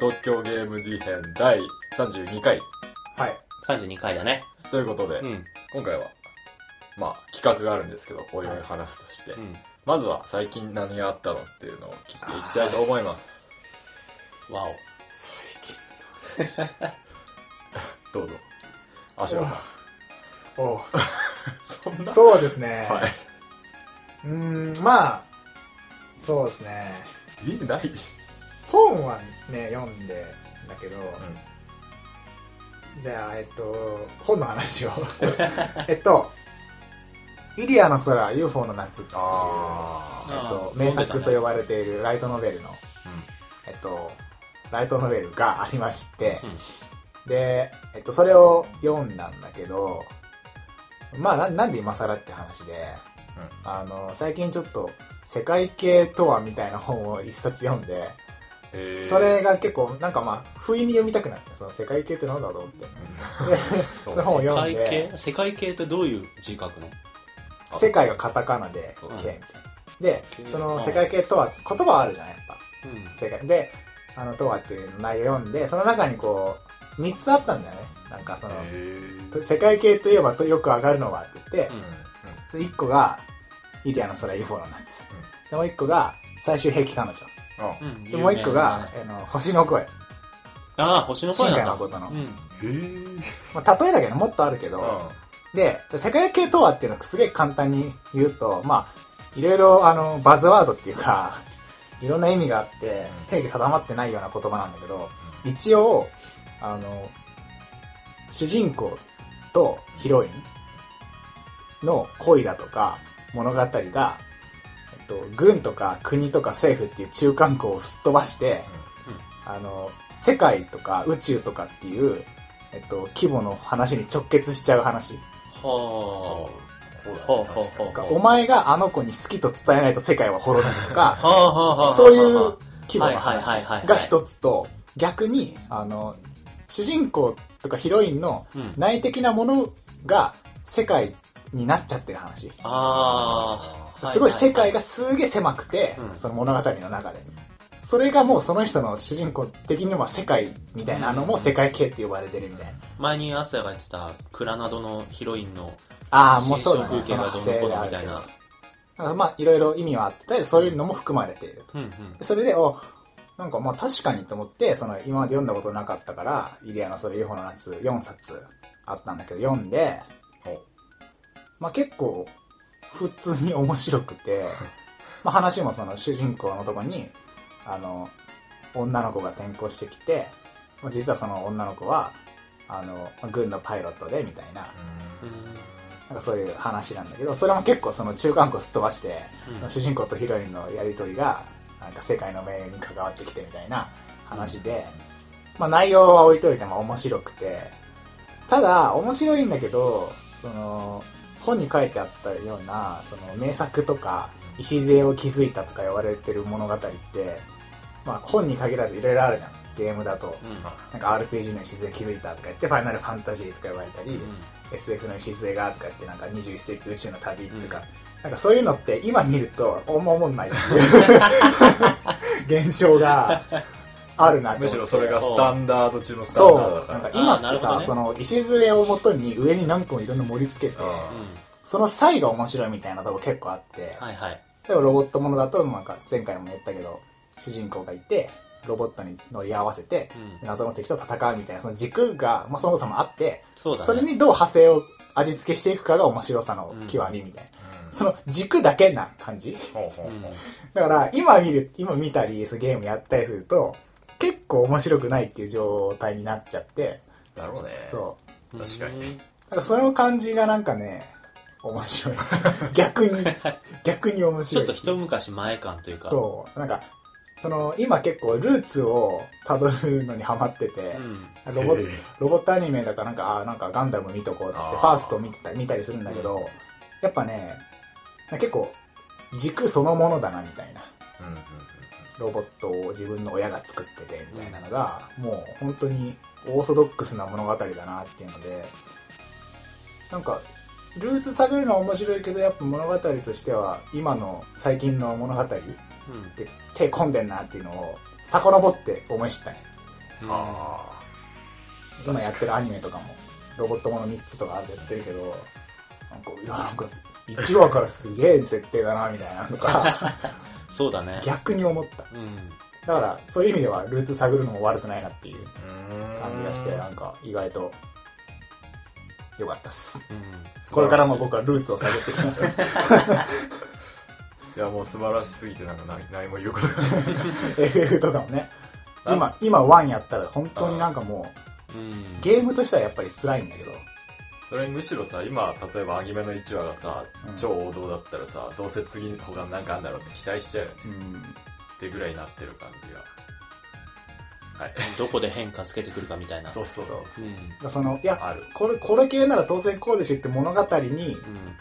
東京ゲーム事変第32回はい。 32回だね。ということで、うん。今回は、まあ、企画があるんですけど、おいおい話すとして、うん。まずは最近何があったのっていうのを聞いていきたいと思います。わお。最近どうぞ。あしらさん。おうそんなそうですね。はうーん、まあ、そうですね。い。意味ない本はね、読んでんだけど、じゃあ、えっと、本の 話を。えっと、イリアの空、UFO の夏っていう、えっあと、ー名作と呼ばれているライトノベルの、えっと、ライトノベルがありまして、で、えっと、それを読んだんだけど、まあ、ななんで今更って話で、あの、最近ちょっと、世界系とはみたいな本を一冊読んで、うん。へーそれが結構、なんかまあ、不意に読みたくなって、その世界系ってなんだろうって。でそうその本を世読ん界で、系世界系ってどういう字書くの世界がカタカナでそう、系みたいな。で、系その世界系とは、言葉はあるじゃない、やっぱ。うん。世界で、あの、とはっていう内容を読んで、その中にこう、3つあったんだよね。なんかその、へー世界系といえばとよく上がるのはって言ってう、んそれ1個が、イリアの空 UFO の夏。で、もう1個が、最終兵器彼女。ううんで、もう1個が、有名なねあの星の声。ああ、星の声新なん海誠だ。の。うん。んうん。へえ。まあ、例えだけど、もっとあるけど、で、世界系とはっていうのをすげえ簡単に言うと、まあ、いろいろ、あの、バズワードっていうか、いろんな意味があって、定義定まってないような言葉なんだけど、一応、あの、主人公とヒロインの恋だとか物語が、えっと、軍とか国とか政府っていう中間校をすっ飛ばして、あの、世界とか宇宙とかっていう、えっと、規模の話に直結しちゃう話。はそうだねほうほう確かにほうほおう前があの子に好きと伝えないと世界は滅びるとあ。か、 はあはあはあ。そういう規模のはいはいはいはいは話いが一つと、逆に、あの、主人公とかヒロインのうん。内的なものが世界になっちゃってる話。ああ。すごい世界が。がすげえ狭くて、うんその物語の中で。それがもうその人の主人公的には世界みたいなあのも世界系って呼ばれてるみたいな。前にアスヤが言ってた、クラナドのヒロインのああ、も新うそうだ象風ね。そ景のがど派うの生こでうのあるみたけいどな。。なんかまあいろいろ意味はあって、とりあえずそういうのも含まれている。うんうん。それで、お、なんかまあ確かにと思って、その今まで読んだことなかったから、イリアのそれ UFO の夏4冊あったんだけど、読んで、まあ結構普通に面白く て、まあ話もその主人公のとこに、あの、女の子が転校してきて、まあ実はその女の子は、あの、軍のパイロットでみたいな、うんなんかそういう話なんだけど、それも結構その中間校すっ飛ばして、うん主人公とヒロインのやりとりがなんか世界の命運に関わってきてみたいな話で、まあ、内容は置いといても面白くてただ面白いんだけどその本に書いてあったようなその名作とか礎を築いたとか言われてる物語って、まあ、本に限らずいろいろあるじゃんゲームだとうん。なんか RPG の礎築いたとか言って「ファイナルファンタジー」とか言われたり、うん SF の礎がとか言ってなんか21世紀宇宙の旅とか、なんかそういうのって今見るとおもおもんない っていう現象があるなって思ってむしろそれがスタンダード中のスタンダードそだうなんか。から今あーなっるてほさ、どねその礎をもとに上に何個もいろいろ盛り付けてうんうその際が面白いみたいなとこ結構あって、ん。はいはい。例えばロボットものだとなんか前回も言ったけど主人公がいてロボットに乗り合わせてうん。謎の敵と戦うみたいなその軸が、まあ、そもそもあってそうだね。それにどう派生を味付けしていくかが面白さの極みみたいな。その軸だけな感じ。ほうほううんほうだから今見る、今見たり、そうゲームやったりすると、結構面白くないっていう状態になっちゃって、だろうね。そう。確かに。だからその感じがなんかね、面 白い。逆に、逆に面ち白い。ょっと一昔前感というか。そう。なんか、その今結構ルーツを辿るのにハマってて、うん。ロボへットーロボットアニメだからなんか、あーなんかガンダム見とこうっつって、あフーァースト見てた見たりするんだけど、やっぱね、なんか結構、軸そのものだなみたいな。うんうんうんロボットを自分の親が作っててみたいなのが、もう本当にオーソドックスな物語だなっていうので、なんか、ルーツ探るのは面白いけど、やっぱ物語としては、今の最近の物語ってうん手込んでんなっていうのを、遡って思い知ったね。あ今やってるアニメとかもロボットもの3つとかやってるけどなんかいやなんか1話からすげえ設定だなみたいなのと かそうだね。逆に思ったうん。だからそういう意味ではルーツ探るのも悪くないなっていうあ感じがしてなんか意外と良かったっすうん。これからも僕はルーツを探っていきます いやもう素晴らしすぎてなんか何何も言うことがない FF とかもね今今1やったら本当になんかもうんう。ゲームとしてはやっぱり辛いんだけどそれにむしろさ今例えばアニメの1話がさうん超王道だったらさ、どうせ次他なんかあんだろうって期待しちゃうよねうんってぐらいになってる感じがはいどこで変化つけてくるかみたいな。そうそうそうそううん。そのいやあるこれこれ系なら当然こうでしょって物語にうん。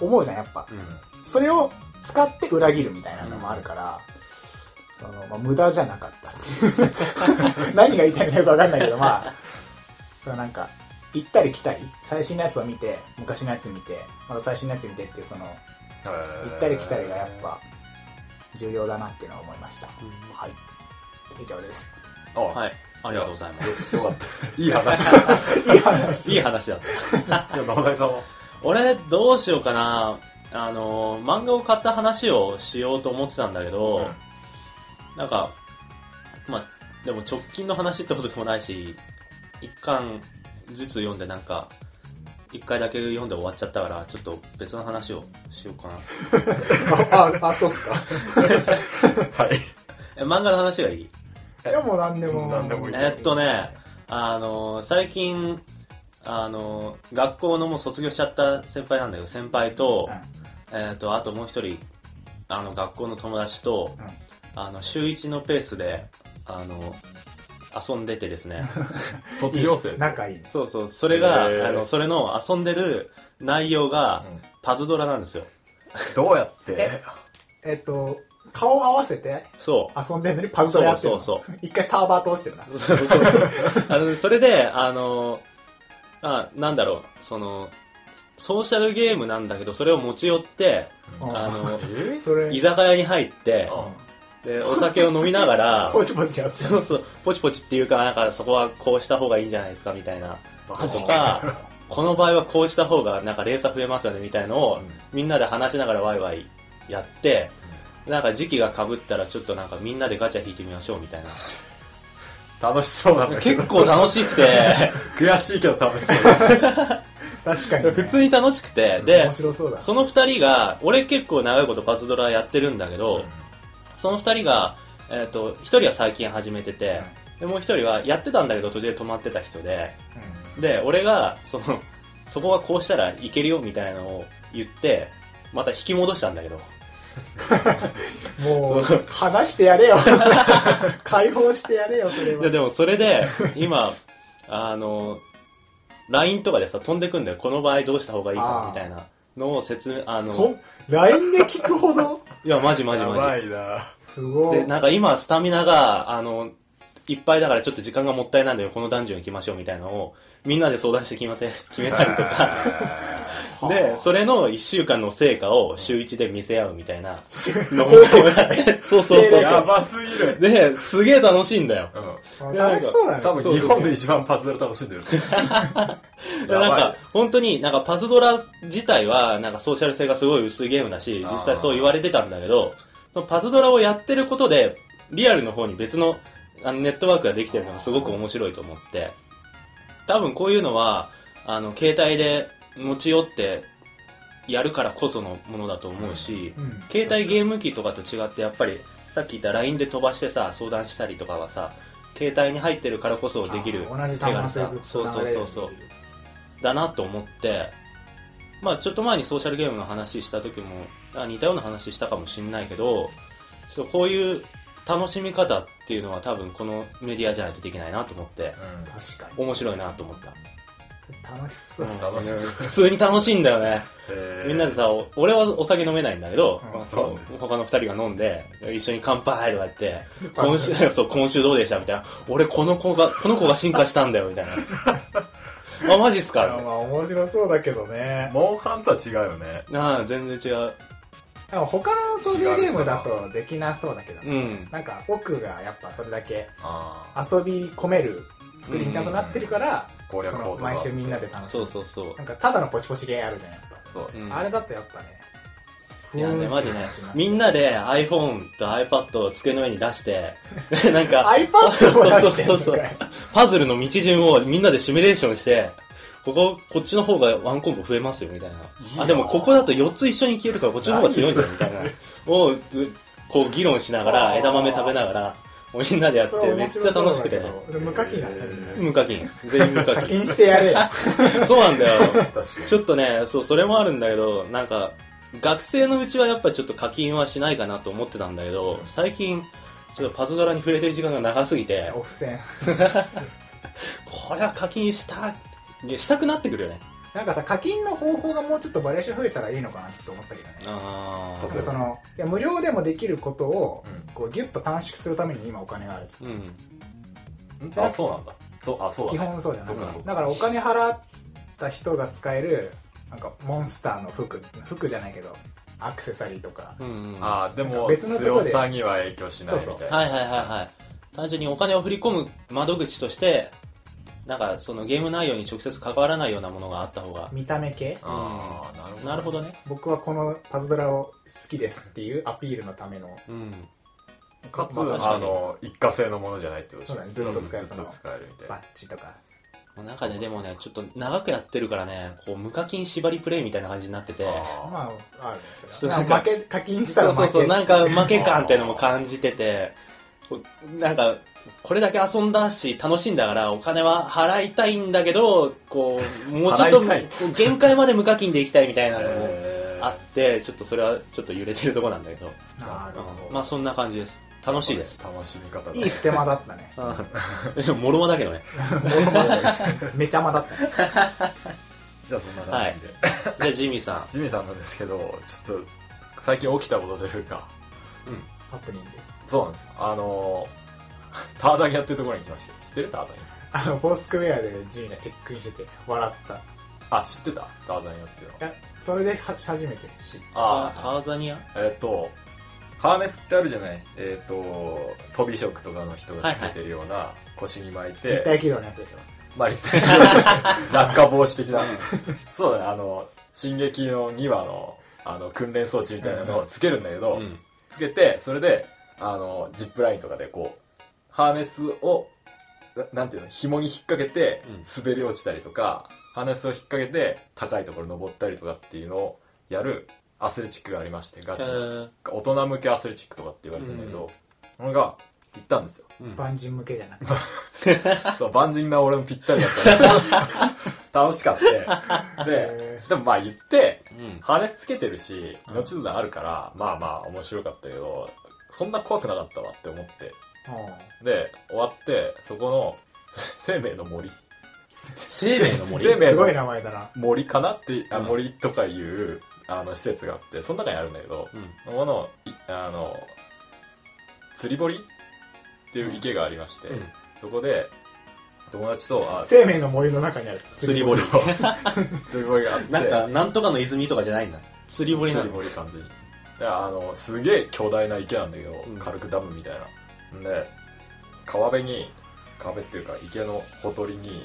思うじゃんやっぱうん。それを使って裏切るみたいなのもあるから、そのまあ、無駄じゃなかったっていう 何が言いたいのかよくわかんないけどまあそのなんか行ったり来たり最新のやつを見て昔のやつ見てまた最新のやつ見てっていうその行行ったり来たりがやっぱ重要だなっていうのは思いました、んはい以上ですあ、、はいい。ありがとうございます。よかったいい 話じゃいい話いい話だった。あ直大さんは俺、どうしようかな。あの、漫画を買った話をしようと思ってたんだけど、なんか、まあ、でも直近の話ってことでもないし、一巻ずつ読んでなんか、一回だけ読んで終わっちゃったから、ちょっと別の話をしようかな。あああそうっすかはいえ、漫画の話がいいいやもう 何でも何でもいいえっとね、あの、最近、あの、学校のもう卒業しちゃった先輩なんだけど、先輩と、えっと、あともう一人、あの、学校の友達と、うんあの、週一のペースで、あの、遊んでてです ね。卒業生仲いいねそうそう、それが、へーあの、それの遊んでる内容がうん、パズドラなんですよ。どうやってええっと顔合わせてそう。遊んでるのにパズドラやってるのそうそう一回サーバー通してるなそうそう あの、それで、あの、あ、なんだろう、その、ソーシャルゲームなんだけど、それを持ち寄って、うんあの、えそれ居酒屋に入って、で、お酒を飲みながら、ポチポチやってそうそう、ポチポチっていうか、なんかそこはこうした方がいいんじゃないですか、みたいな。マジとか、この場合はこうした方がなんか連鎖増えますよねみたいのをうんみんなで話しながらワイワイやって、なんか時期がかぶったらちょっとなんかみんなでガチャ引いてみましょうみたいな。楽しそうなんだけど結構楽しくて、悔しいけど楽しそう確かに、ね、普通に楽しくて、で面、白そうだその二人が、俺結構長いことパズドラやってるんだけど、その二人が、えっ、と、一人は最近始めてて、で、もう一人はやってたんだけど途中で止まってた人で、で、俺が、その、そこはこうしたらいけるよみたいなのを言って、また引き戻したんだけど。もう話してやれ よ解放してやれよそれいや、はでもそれで、今、あの、LINE とかでさ、飛んでくんだよ。この場合どうした方がいいかみたいなのを説明、あその、ん LINE で聞くほどいや、マジマジやマばジ。いなすごで、い なんか今、スタミナが、あの、いっぱいだからちょっと時間がもったいないので、このダンジョン行きましょうみたいなのを、みんなで相談して決めて、 決めたりとか。はあで、それの1週間の成果を週1で見せ合うみたいな。の報告会 そうそう定例そや会う。ばすぎるで、すげえ楽しいんだよ。うあ楽しそうだんね多分日本で一番パズドラ楽しんでるでなんか、本当になんかパズドラ自体は、なんかソーシャル性がすごい薄いゲームだし、あー実際そう言われてたんだけど、そのパズドラをやってることで、リアルの方に別のあのネットワークができてるのがすごく面白いと思って、多分こういうのは、あの、携帯で持ち寄ってやるからこそのものだと思うし、うん携帯ゲーム機とかと違ってやっぱりさっき言った LINE で飛ばしてさ相談したりとかはさ携帯に入ってるからこそできるあー同じ手軽端末さでずっとそう流そうれるそうそうだなと思ってまあちょっと前にソーシャルゲームの話した時もあ似たような話したかもしんないけどちょっとこういう楽しみ方っていうのは多分このメディアじゃないとできないなと思って確か面白いなと思ったに楽しそううん楽しそう普通に楽しいんだよねえーみんなでさ、お俺はお酒飲めないんだけど、うんまあそう他の二人が飲んで、一緒に乾杯とか言 って、乾今週、そう、今週どうでしたみたいな。俺、この子が、この子が進化したんだよ、みたい な。あ、マジっすいやまかあ面白そうだけどねモンハンとは違うよねなあ、全然違う。でも他のソリューゲームだとできなそうだけど、うん。なんか奥がやっぱそれだけあ遊び込める作りにちゃんとなってるから、あ攻略そ法のとか毎週みんなで楽しそむうそうそうなん。かただのポチポチゲーあるじゃんやっそううんぱ、あれだとやっぱねいやね、マジふーねんって話 にっちゃう、みんなで iPhone と iPad を机の上に出して、 なんか、 iPad を出してんのかいそうそうそうパズルの道順をみんなでシミュレーションして、ここ、こっちの方がワンコンボ増えますよ、みたいな。いいなあ、でもここだと4つ一緒に消えるから、こっちの方が強いんだよ、みたいな。を、うこう、議論しながあら、ー枝豆食べながら、みんなでやってそれ、め面っち白ゃ楽しそうだくけて。ど俺無課金なんですよみんな無課金。全員無課課金。金してやれよそうなんだよ。確かにちょっとね、そう、それもあるんだけど、なんか、学生のうちはやっぱちょっと課金はしないかなと思ってたんだけど、最近、ちょっとパズドラに触れてる時間が長すぎて、オフ戦これは課金した、いやしたくなってくるよね。なんかさ課金の方法がもうちょっとバリエーション増えたらいいのかなってちょっと思ったけどねあなんかそのいや無料でもできることをうんこうギュッと短縮するために今お金があるじゃんうん。あそうなんだそうあそうだ基本そうじゃなそいうかそうかだからお金払った人が使えるなんかモンスターの服服じゃないけどアクセサリーとかうん、うん。はああでも別のところ強でさには影響しないみたいそなうそういはいはいはい。単純にお金を振り込む窓口として、なんかそのゲーム内容に直接関わらないようなものがあった方が、見た目系ああなるほどなるほどね。僕はこのパズドラを好きですっていうアピールのためのうん。かつ、まあ確かにあの一過性のものじゃないってことでしょそうだねずっと使えるずっと使えるみたいバなッジとかなんかね、でもね、ちょっと長くやってるからね、こう、無課金縛りプレイみたいな感じになってて、あまああるねそそうれはまあ負け課金したそらう負そけうそう、なんか負け感っていうのもあー感じてて、こうなんか、これだけ遊んだし、楽しいんだから、お金は払いたいんだけど、こう、もうちょっと、こ払いたいう限界まで無課金でいきたいみたいなのもえーあって、ちょっとそれはちょっと揺れてるとこなんだけど、なるほうんどまあそんな感じです。楽しいです。楽しみ方だいいステマだ ったねうん。もろまだけどね。めちゃまだったねじゃあそんな感じで、じゃあ、ジミーさん。ジミーさんなんですけどちょっと最近起きたことというかハプニングそうなんですよあのターザニアっていうところに来ました知ってるターザニあのフォースクエアでジュニアチェックインしてて笑ったいアあ知ってたターザニアっていうのやそれでは初めて知っああターザニアえっとハーネスってあるじゃないえっ、と飛び職とかの人がつけてるような、腰に巻いた立て体軌道のやつでしょまあ立体落下防止的なそうだねあの進撃の2話のあの訓練装置みたいなのをつけるんだけど、うん。つけてそれであのジップラインとかでこうハーネスをななんていうの紐に引っ掛けてうん滑り落ちたりとか、ハーネスを引っ掛けて高いところ登ったりとかっていうのをやるアスレチックがありましてガえチのー大人向けアスレチックとかって言われてるんだけど、俺が行ったんですよ うん万人向けじゃなくてそう万人な俺もぴったりだったから 楽しかったでへでもまあ行ってうんハーネスつけてるしうん命綱あるから、まあまあ面白かったけどそんな怖くなかったわって思ってーうんで終わってそこの 生命の森生命の森生命すのごい名前だな森かなってあうん森とかいうあの施設があってその中にあるんだけどうん。そこのいあの釣り堀っていう池がありまして、うんそこで友達とあ生命の森の中にある釣り堀。釣り堀があ ってなんか、なんとかの泉とかじゃないんだ。釣り堀な釣んりだ。堀完全にであのすげえ巨大な池なんだけど、うん軽くダムみたいなんで川辺に川辺っていうか池のほとりに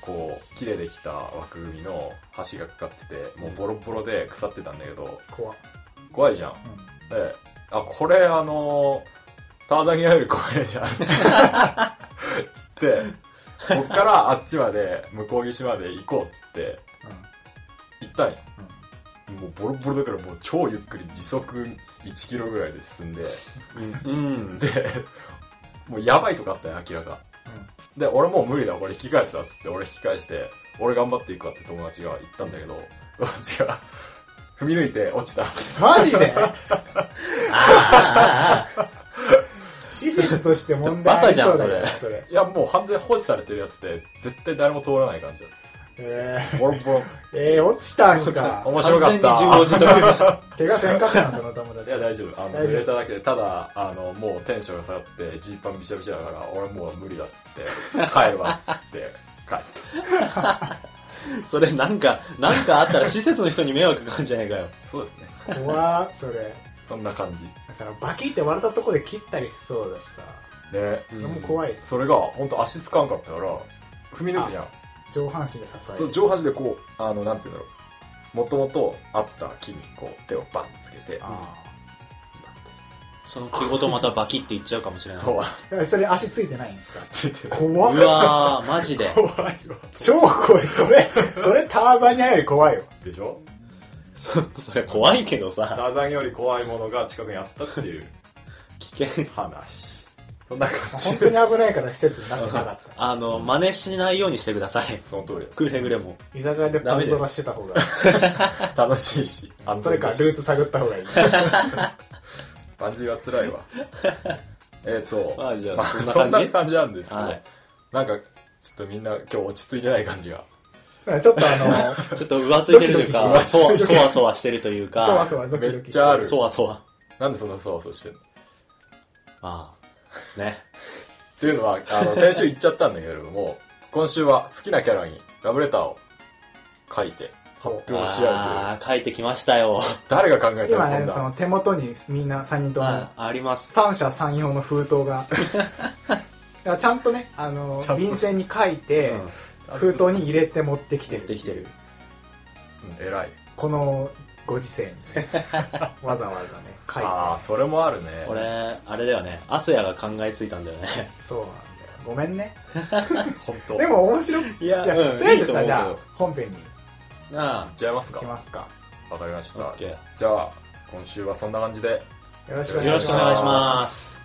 こう木でできた枠組みの橋がかかっててもうボロボロで腐ってたんだけどうん怖っ怖いじゃんうであこれあのターザニアより怖いじゃん つってそっからあっちまで向こう岸まで行こうっつってんうん行ったんよ、もうボロボロだからもう超ゆっくり時速1キロぐらいで進んでうん。でもうやばいとこあったよ明らかで俺もう無理だこれ引き返すわっつって俺引き返して俺頑張っていくわって友達が言ったんだけど友達が踏み抜いて落ちたマジでああ、ああ、施設として問題ありそうだけどバカじゃんそれいやもう完全放置されてるやつって絶対誰も通らない感じだえボロボローえー落ちたんか面白かっ完た全に自業自得。怪我せんかったなその友い達や大丈夫あの大丈夫濡れただけでただあのもうテンションが下がってジーパンびしゃびしゃだから俺もう無理だっつって 帰るわっつって帰っ それなんか、なんかあったら施設の人に迷惑かかるんじゃないかよ。たそうですね怖っそれそんな感じそのバキって割れたとこで切ったりしそうだしさねそれも怖いですそれが本当足つかんかったから踏み抜くじゃん上半身で支えそうる上半身でこうあのなんていうんだろうもともとあった木にこう手をバッつけてあその木ごとまたバキっていっちゃうかもしれない。そうーだからそれ足ついてないんですかついてる怖うっわー、マジで。怖いわ超怖いそれそれターザニアより怖いよでしょ それ怖いけどタさ、ーザンより怖いものが近くにあったっていう危険。 話そんな感じ本当に危ないから施設になってなかっあの、真似しないようにしてください。その通りくれぐれも。た居酒屋でパズドラしてた方がだ楽しいし安それ全かだしルート探った方がいい バンジーは辛 いわえっとまあじゃあまあそんなそ感んじな感じなんですけど、はいなんかちょっとみんな今日落ち着いてない感じがちょっとあのちょっと浮ついてるといドキうドか、キしそまわすそわそわしてるというか、そわそわドキドキしてめっちゃあるそわそわ。なんでそんなそわそわしてんのっああ。ね。ていうのはあ の先週言っちゃったんだけれども今週は好きなキャラにラブレターを書いてこうどうし合うああ、書いてきましたよ。誰が考えた今のねんそのだ手元にみんな3人ともああります。三者三様の封筒がだからちゃんとねあのちゃんと便箋に書いて、うん封筒に入れて持ってきて持ってるきてる。うん偉いこのご時世にわざわざね書いああてそれもあるね俺、あれだよね。アスヤが考えついたんだよね。そうなんだよごめんね本当でも面白いいいやとりあえずさじゃああ本編に行。な行っちゃいますかきますかわかりましあ、オたッケー。じゃあ今週はそんな感じでよろしくおよ願ろいししくお願まいすします。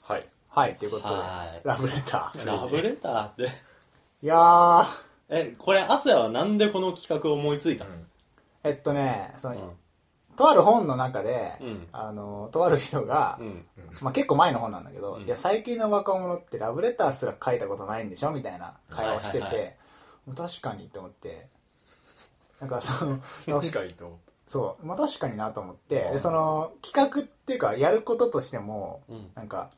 はいはいということではいラブレターラブレターって。いやーえ、これ、アスヤはなんでこの企画を思いついたのえっとねその、うとある本の中で、うんあのとある人が、ん。うん。まあ、結構前の本なんだけど、うんいや最近の若者ってラブレターすら書いたことないんでしょみたいな会話をしてて、はいはいはいもう確かにと思ってなんかその 確かにと思ってそう、まあ、確かになと思ってうでんその企画っていうかやることとしてもうん。なんか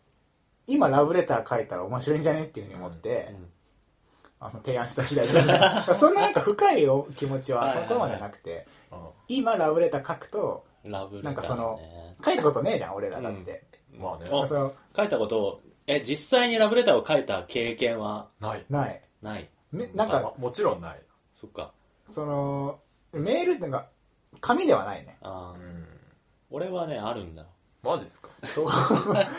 今ラブレター書いたら面白いんじゃねっていうふうに思って、うんあの提案した次第です そんななんか深いお気持ちはそこまでなくて、う今ラブレター書くとラブレターね。なんかその書いたことねえじゃん俺らだって、んまあねうんその書いたことを、え、実際にラブレターを書いた経験はないないない。めなんかあもちろんないそっか。そのメールってなんか紙ではないねあうーん俺はね、あるんだ。マジですか そう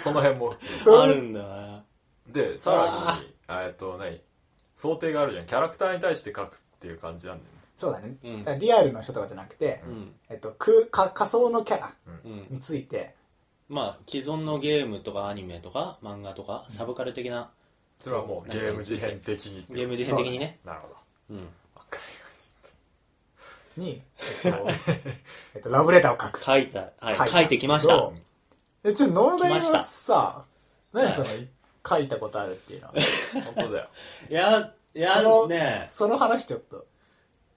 その辺もそあれるんだね。でさらにえっと何想定があるじゃんキャラクターに対して書くっていう感じなんだよねそうだね、うんだからリアルの人とかじゃなくてう、ん。えっと、空か仮想のキャラうん。についてまあ、既存のゲームとかアニメとか漫画とか、サブカル的な、それはもうゲーム事変的にってゲいーうム実践的にね。なるほどうん。わかりましたに、えっ とえっと、ラブレターを書く書いた、書はいい、た書いてきましたど。うえちょっと農大来まはしさ何その、は書いたことあるっていうのは本当だよいや、いやその、ね、その話ちょっと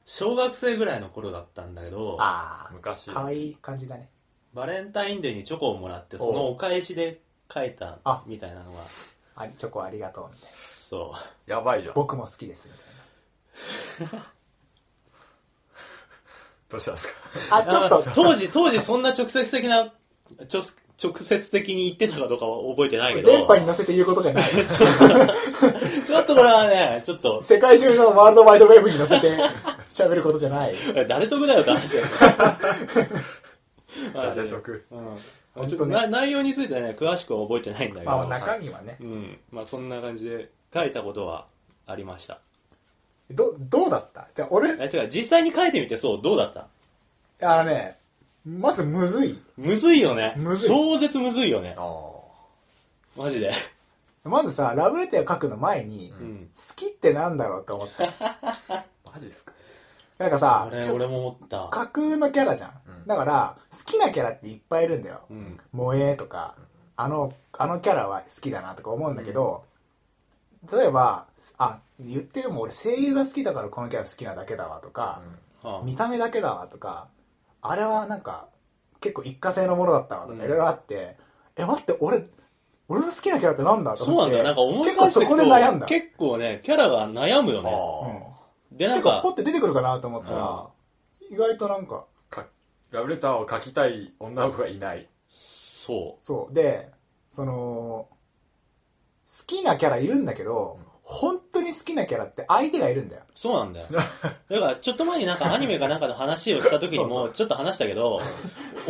小学生ぐらいの頃だったんだけど、あ昔あかわいい感じだねバレンタインデーにチョコをもらって、そのお返しで書いたあみたいなのが、あチョコありがとうみたいなそう。やばいじゃん僕も好きですみたいどうしたんですかなあちょ っとあ当時、当時そんな直接的な、ちょ直接的に言ってたかどうかは覚えてないけど、電波に乗せて言うことじゃ ないちょっとこれはね、ちょっと、世界中のワールドワイドウェブに乗せて 喋ることじゃない。誰得だよって 話だよ。誰得う本ん。ちょ当っとねな内容についてはね、詳しくは覚えてないんだけど、まあ中身はね。うん。まあそんな感じで書いたことはありました。ど、どうだったじゃあ俺、え、てか実際に書いてみてそう、どうだったあのね、まずむずい。むずいよね。むずい超絶むずいよねあ。あマジで。まずさ、ラブレター書くの前に、ううんん。好きってなんだろうって思った。マジですかなんかさあ、れ、ちょ俺も思った。架空のキャラじゃん。うんだから、好きなキャラっていっぱいいるんだよ。うん。萌えとか、あの、あのキャラは好きだなとか思うんだけど、例えば、あ、言っても俺声優が好きだからこのキャラ好きなだけだわとか、うんあ見た目だけだわとか、あれはなんか、結構一過性のものだったわとうんか、いろいろあって、え、待って、俺、俺の好きなキャラってなんだとそうな思っんて。だよ。なんか思い結構返してそいくことで悩んだ。結構ね、キャラが悩むよね。はで、な結ん構かポッ、て出てくるかなと思ったら、意外となんか、あかラブレターを書きたい女の子がいないそそう。で、その、好きなキャラいるんだけど、うん本当に好きなキャラって相手がいるんだよう。。そうなんだ よ。だから、ちょっと前になんかアニメかなんかの話をした時にそうも、ちょっと話したけど、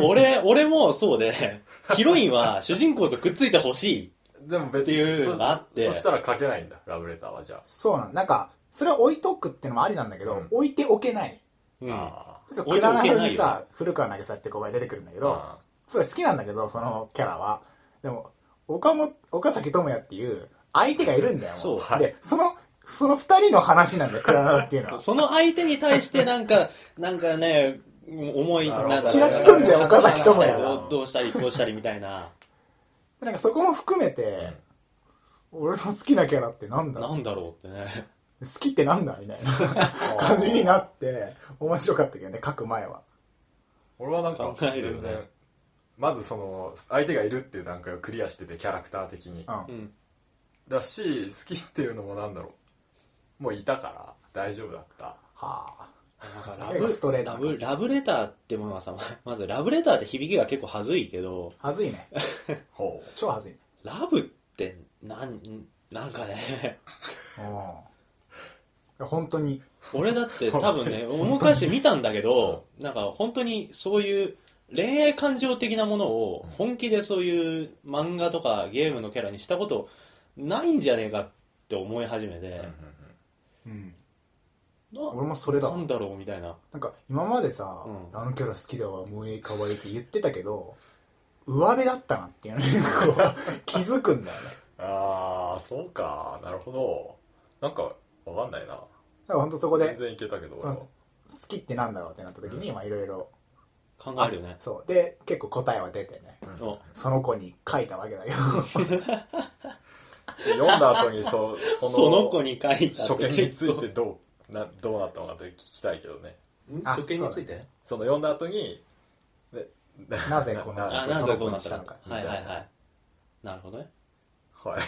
俺、俺もそうで、ヒロインは主人公とくっついてほしい。でも別にっていうのがあってそそしたら書けないんだラブレターはじゃそうなんなんか、それは置いとくってのもありなんだけど、うん置いておけない。あ、うん。あだか置いらておけクラないよナにさ、古川渚って子が出てくるんだけーど、すごい好きなんだけど、そのキャラは。でも、岡本、岡崎智也っていう相手がいるんだよ。もそうはいで、その、その二人の話なんだよ、クラナっていうのは。その相手に対してなんか、なんかね、思い、なるほどなんちらつくんだよ岡崎智也がどうどうしたり、こうしたりみたいな。なんかそこも含めて、俺の好きなキャラってなんだな好んだろうってね。きってなんだみたいな 感じになって、面白かったけどね、書く前は。俺はなんか考えるよ全ね然まずその相手がいるっていう段階をクリアしててキャラクター的にうん。うん。だし好きっていうのもなんだろうもういたから大丈夫だったはあ。ラ絵ブがストレートラな感ブじラブレターってものはさ、 ままずラブレターって響きが結構はずいけど、はずいね。ほう超はずいね。ラブってなん、なんかね、うんいや。本当に。俺だって多分ね、思い返して見たんだけど、なんか本当にそういう恋愛感情的なものを本気でそういう漫画とかゲームのキャラにしたことないんじゃねえかって思い始めうんうてん、うん。な俺もそれだわなんだろうみたいな。なんか今までさ、うんあのキャラ好きだわ、萌え可愛いって言ってたけど、上辺だったなっていうのにこ う気づくんだよね。ああそうかなるほどなんかわかんないなだから本当そこで、全然いけたけど俺はそ好きってなんだろうってなった時に、うんまあいろいろ。考えるよね。そう。で、結構答えは出てね。うんおその子に書いたわけだ よ。で読んだ後にそそのその子に書いた初って見についてどうなどうなったのかって聞きたいけどねあ初見についそうてその読んだ後にでなぜこのなあ、そうなそぜのこ子うになっしたたののかか。はいはいはい。なるほどね。はい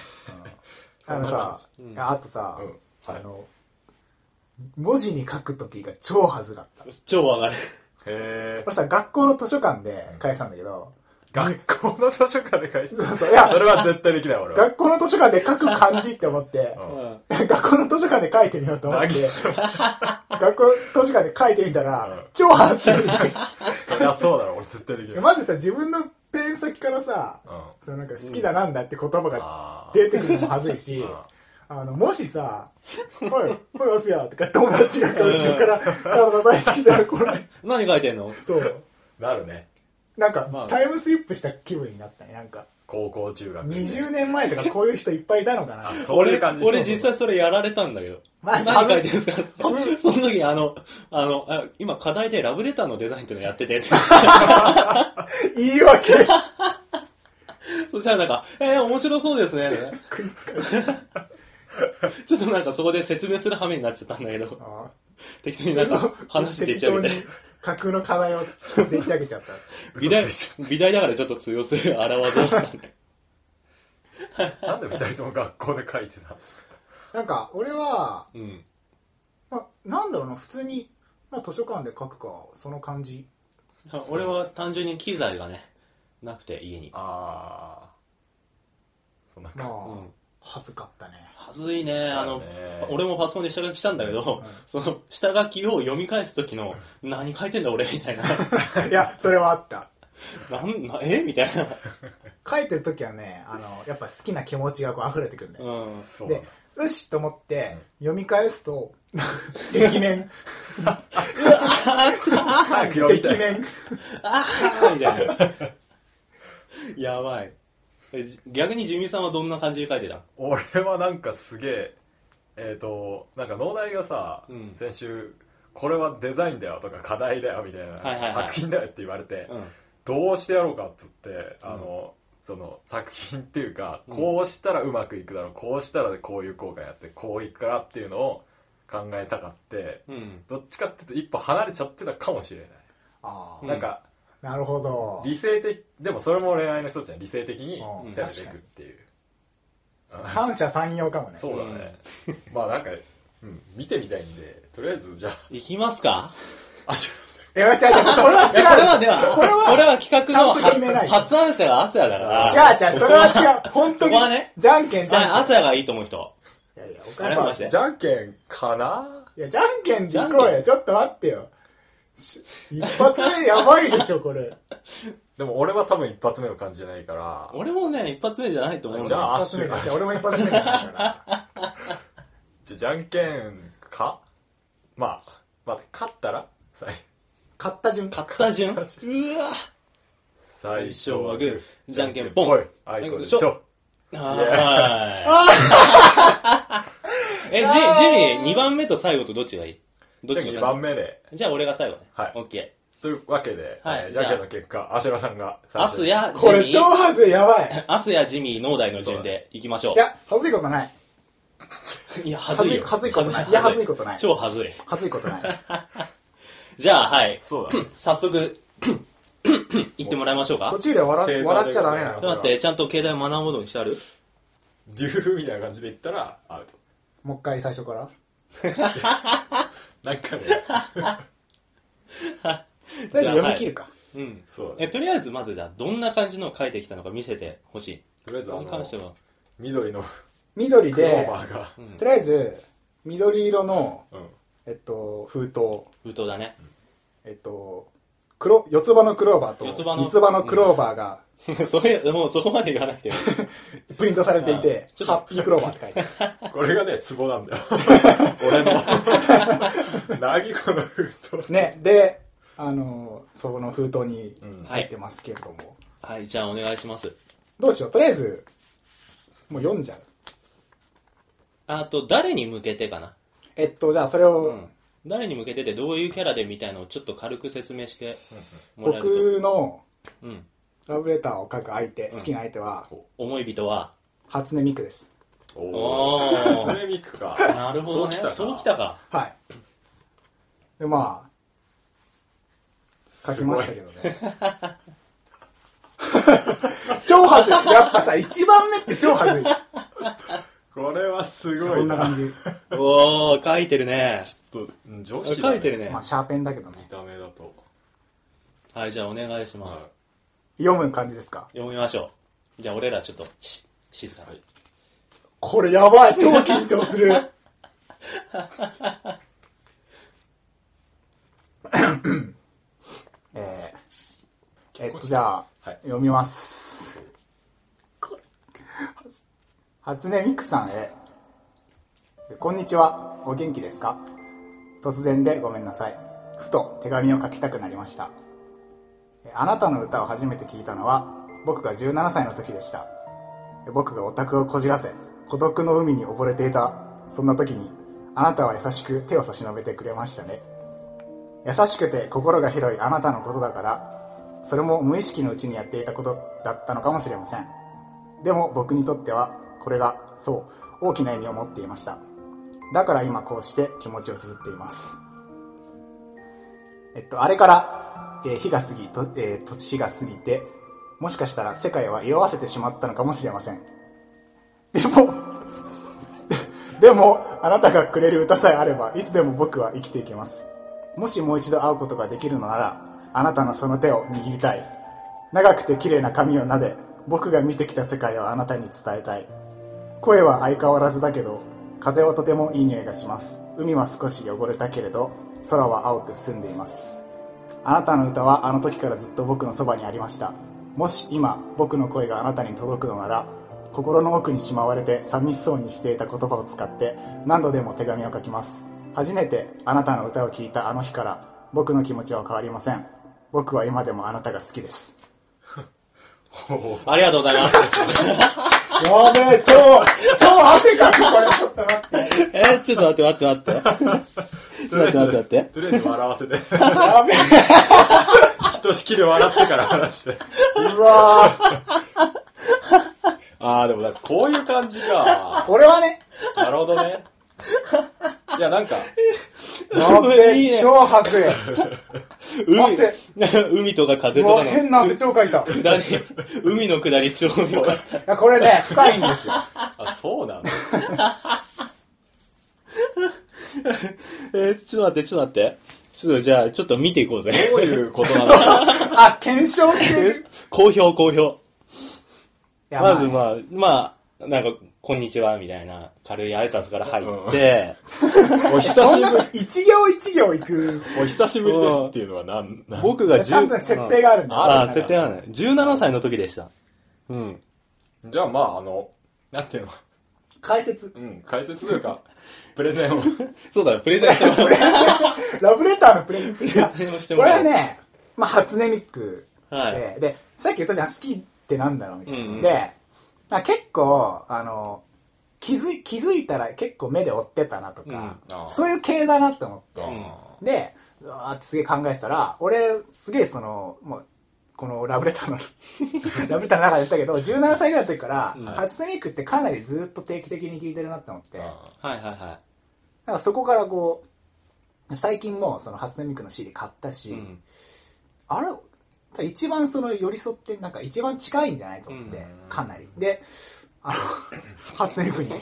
うん、あのさ、うんあとさ、うんはいあの、文字に書く時が超はずかった。超わかる。へえ俺さ、学校の図書館で書いてたんだけど、学校の図書館で書いてそうたそう、い や、それは絶対できない俺は学校の図書館で書く漢字って思って、ううん学校の図書館で書いてみようと思っなてぎ、さ学校の図書館で書いてみたうんら、超恥ずかしそりゃそうだろ俺絶対できい。ないまずさ、自分のペン先からさ、うんそのなんか好きだなんだって言葉があ出てくるのも恥ずいーしう、んあの、もしさ、おい、おい、おすや、とか友達が後ろから体叩いてきたら、これ、何書いてんのそう。なるねなんか、まあタイムスリップした気分になったね。なんか、高校中学20年前とかこういう人いっぱいいたのかな。そうい俺う感、じ俺実際それやられたんだけど。マジ何書いてるんですかはずその時、あの、あの、あ今課題でラブレターのデザインっていうのやっ てて。言い訳そしたらなんか、えー、面白そうですね。食いつかれちょっとなんかそこで説明する羽目になっちゃったんだけど、た。適当になんか 話でっちゃうみたい適当に架空の課題をでっち上げちゃった。嘘美大でし、美大だからちょっと通用する荒技だっ たね。ょなんで二人とも学校で書いてたなんか、俺は、うん。まあ、なんだろうな、普通に、まあ、図書館で書くか、その感じ。俺は単純に機材がね、なくて家に。ああそんなま感あ、うん恥ずかったね。はずいね、あのだよね、俺もパソコンで下書きしたんだけど、その下書きを読み返す時の、何書いてんだ俺みたいな。いや、それはあった。なんなえみたいな。書いてる時はね、あの、やっぱ好きな気持ちがこう溢れてくるんだよ。うんじ。そうなんでだ、うしと思って、読み返すと、 赤面、早く赤読みたい面。ああ みたいな。やばい。えじ逆にジミーさんはどんな感じで書いてた俺はなんかすげええっ、となんか脳内がさ、うん先週これはデザインだよとか課題だよみたいな、はいはいはい作品だよって言われて、うん。どうしてやろうかっつってあの、その作品っていうかうんこうしたらうまくいくだろうこうしたらこういう効果やってこういくからっていうのを考えたかってうん。どっちかっていうと一歩離れちゃってたかもしれない、ああ、うんなんかなるほど。理性的でもそれも恋愛の一つじゃん理性的にうん攻めていくっていう、三者三様かもね。そうだね、 まあなんか、うん、見てみたいんでとりあえずじゃあいきますかあしえ、違う違う、これはいやこれ 違う。はでは、これは企ちゃ画んのと決めないと発案者がアスヤだから。違う違う、それは違 う。本当にここはね。じゃんけん、じじゃあ、ゃんアけん。スヤがいいと思う人。いやいや、おあかれしまい。あじゃんけんかないや、じゃんけんでいこうじゃんけよ。ちょっと待ってよ。し一発目やばいでしょ、これ。でも俺は多分一発目の感じじゃないから俺もね、一発目じゃないと思うんだじゃあ一発目じゃんあじゃあ俺も一発目じゃないから。じゃじゃんけんかまあ待って勝ったら最買った順。勝った順うわ勝った最初はグーじゃんけんぽんぽいあいこでしじゃんょはい。え、ジあージミー、2番目と最後とどっちがいいどっじゃちあがい2番い目でじゃあ俺が最後ね。はいオッケというわけで、はいえーじゃんけんの結果アシュラさんがー。アスや、ジ これミ超ー、はずい、やばい。アスやジミー、農大の順でいきましょうい。や、はずいことない。いや、はずいよ。はずいことない。いや、はずいことない。超はずい。はずいことない。じゃあ、はい。そうだね早速、 行ってもらいましょうか途。中で笑正座でっ笑っちゃダメなの。こ待っれて、ちゃんと携帯マナーモードにしてあるデューみたいな感じで言ったらアウトはもう一回最初から。何 回もとりあえず読み切るか。うん。そうだえ、ねとりあえずまずじゃあ、どんな感じのを書いてきたのか見せてほしい。とりあえずあそれに関してのは。緑の緑クローで、バーが、うんとりあえず、緑色の、うんえっと、封筒、封筒だね。 えっと、黒、四つ葉のクローバーと、四つ葉の三つ葉のクローバーが、それ、もうそこまで言わなくても。 プリントされていてうん、ハッピークローバーって書いてある。これがねツボなん だよ俺の何この封筒ね、で、あの、その封筒にうん入ってますけれども、はい、じゃあお願いします。どうしよう、とりあえず、もう読んじゃう。あと、誰に向けてかな。えっと、じゃあそれを、うん。誰に向けててどういうキャラでみたいのをちょっと軽く説明してもらえ僕るのと。うん。ラブレターを書く相手、好きな相手は、思い人は。初音ミクです。お おおー。れミクかなるほどそうね。きたかそうきたか。はい。で、まあ、書きましたけどね。超はずい。やっぱさ、一番目って超はずい。これはすごこいんなな感じ。おー、書いてるね。ちょっとうん女あ子だね書いてるねまあ、。シャーペンだけど見ね。た目だと、はい、じゃあお願いします。読む感じですか。読みましょう。じゃあ俺らちょっと、し静かに。はいこれやばい。超緊張する。 えー、えっと、じゃあ、はい読みます。初音ミクさんへ。こんにちは。お元気ですか突然でごめんなさい。ふと手紙を書きたくなりました。あなたの歌を初めて聞いたのは、僕が17歳の時でした。僕がオタクをこじらせ、孤独の海に溺れていた、そんな時に、あなたは優しく手を差し伸べてくれましたね。優しくて心が広いあなたのことだから、それも無意識のうちにやっていたことだったのかもしれません。でも僕にとっては、これが、そう、大きな意味を持っていました。だから今こうして気持ちを綴っています。えっと、あれから、えー日が過ぎ、とえー年が過ぎて、もしかしたら世界は色あせてしまったのかもしれません。でも、 でも、あなたがくれる歌さえあれば、いつでも僕は生きていけます。もしもう一度会うことができるのなら、あなたのその手を握りたい。長くて綺麗な髪を撫で、僕が見てきた世界をあなたに伝えたい。声は相変わらずだけど、風はとてもいい匂いがします。海は少し汚れたけれど、空は青く澄んでいます。あなたの歌はあの時からずっと僕のそばにありました。もし今僕の声があなたに届くのなら、心の奥にしまわれて寂しそうにしていた言葉を使って何度でも手紙を書きます。初めてあなたの歌を聴いたあの日から僕の気持ちは変わりません。僕は今でもあなたが好きです。ありがとうございます。やべえ、超、超汗かく、これ。ちょっと待って。 えー、ちょっと待って待って待っ て。とりあえず待って待ってとりあえず笑わせてやべえ。 ひとしきり笑ってから話してうわ ーああでもなんかこういう感じか俺はね、なるほどねいや、なんか、やべいいねえ、超はずい。汗海 海とか風うとかわ、の変な汗超か いた。い下り、海の下り超良 かった。や、これね、深いんですよ。あ、そうなんだ。えー、ちょっと待って、ちょっと待って。ちょっとじゃあ、ちょっと見ていこうぜ。どういうことなのか。 あ、検証してる。い好評、好評。や まずあまあ、まあ、なんか、こんにちは、みたいな、軽い挨拶から入って、おね、そん久なしぶり、一行一行行く。お久しぶりですっていうのはなん、なん僕が10ちゃんとね設定があるんだよあだあ、から設定はね、17歳の時でした。うん。じゃあまあ、あの、なんていうの、解説。うん、解説という か、プレゼンを。そうだよ、プレゼントもラブレターのプレイ。いやプレゼンをしてこもれらはうね、まあ、初音ミクはいで、で、さっき言ったじゃん、好きってなんだろうみたいな。うんうんで、あ結構、あの、気づい気づいたら結構目で追ってたなとか、うんあーそういう系だなって思って。あで、うわーってすげえ考えてたら、俺、すげえその、もう、このラブレター の、ラブレターの中で言ったけど、17歳ぐらいの時から、うん初音ミクってかなりずっと定期的に聞いてるなって思って、なんあはいはいはかそこからこう、最近もその初音ミクの CD 買ったし、い。うん。あれ一番その寄り添ってなんか一番近いんじゃないと思って、うんかなりであの 初音ミク に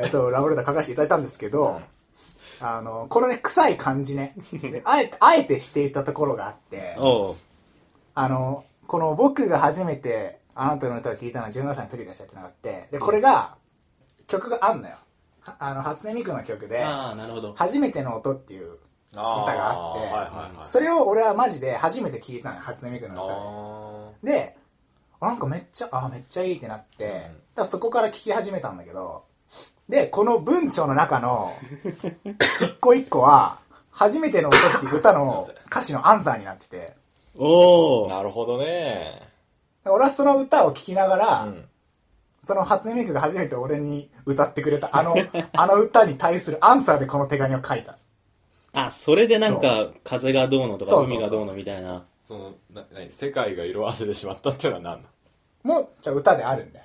えっとラブレター書かせていただいたんですけど、あのこのね臭い感じねであえてあえてしていたところがあっておう。あのこの僕が初めてあなたの歌を聴いたのは17歳の時でしたってのがあってでこれが曲があんのよはあの初音ミクの曲でああ、なるほ「ど。初めての音」っていうあ歌があってはいはいはい。それを俺はマジで初めて聴いたのよ初音ミクの歌あで。であなんかめっちゃあめっちゃいいってなって、うんだからそこから聞き始めたんだけどでこの文章の中の一個一個は「初めての音」っていう歌の すいません歌詞のアンサーになっててーおお。なるほどね。俺はその歌を聴きながうら、ん。その初音ミクが初めて俺に歌ってくれたあのあの歌に対するアンサーでこの手紙を書いたあ、それでなんか、風がどうのとか、そうそうそう海がどうのみたいな。その、な、なに、世界が色あせてしまったっていうのは何なのもうじゃあ歌であるんだよ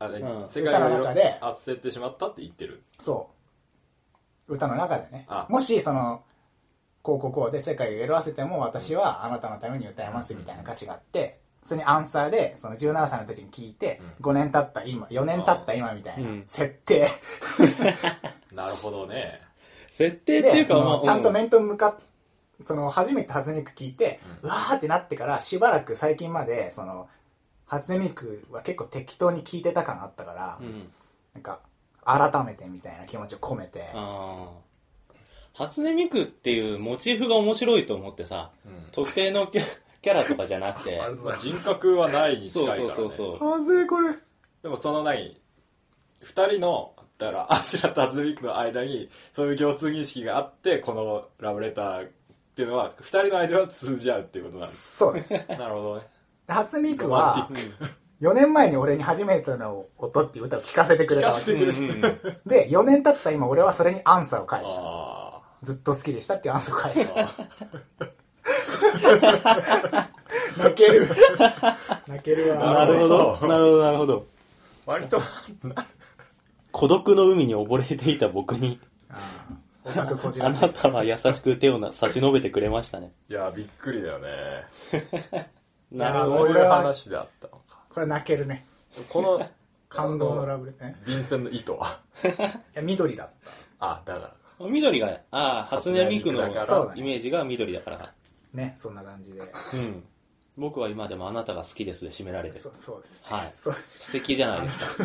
あれ、うん世界が歌の色中であせてしまったって言ってる。そう歌の中でねあもしそのこうこうこうで世界を色あせても私はあなたのために歌いますみたいな歌詞があってそれにアンサーでその17歳の時に聞いてうん5年経った今4年経った今みたいなうん設定なるほどね。設定っていでうか、そまのあ、ちゃんとう面と向かっその初めて初音ミク聞いてううわーってなってからしばらく最近までその初音ミクは結構適当に聞いてた感あったからうん。なんか改めてみたいな気持ちを込めてああ。初音ミクっていうモチーフが面白いと思ってさ、うん特定の キャキャラとかじゃなくてあ、れさ人格はないに近そいうから、そね。うそうそう。はずいこれでもその何二人のだからアシュラとアズミクの間にそういう共通認識があってこのラブレターっていうのは二人の間は通じ合うっていうことなんですそうだね なるほどね初音ミクロマはンテ4年前に俺に初めての音っていう歌を聴かせてくれたわ聞けかうんうんうんで4年経った今俺はそれにアンサーを返したあずっと好きでしたっていうアンサーを返ーしあた泣ける泣けるなわ なるほど。なるほど、なるほど。割と孤独の海に溺れていた僕に、音楽こじあらせなたは優しく手をな差し伸べてくれましたね。いやびっくりだよねなあるほそういう俺は話だったのかこれ泣けるねこの感動のラブレターね便箋の意図はいや緑だっあだからかど。緑が、ああ、初音ミクの初音ミクだからイメージが緑だから。たねそんな感じでうん。僕は今でもあなたが好きですで締められてそる。そうですねはいそう素敵じゃないですか。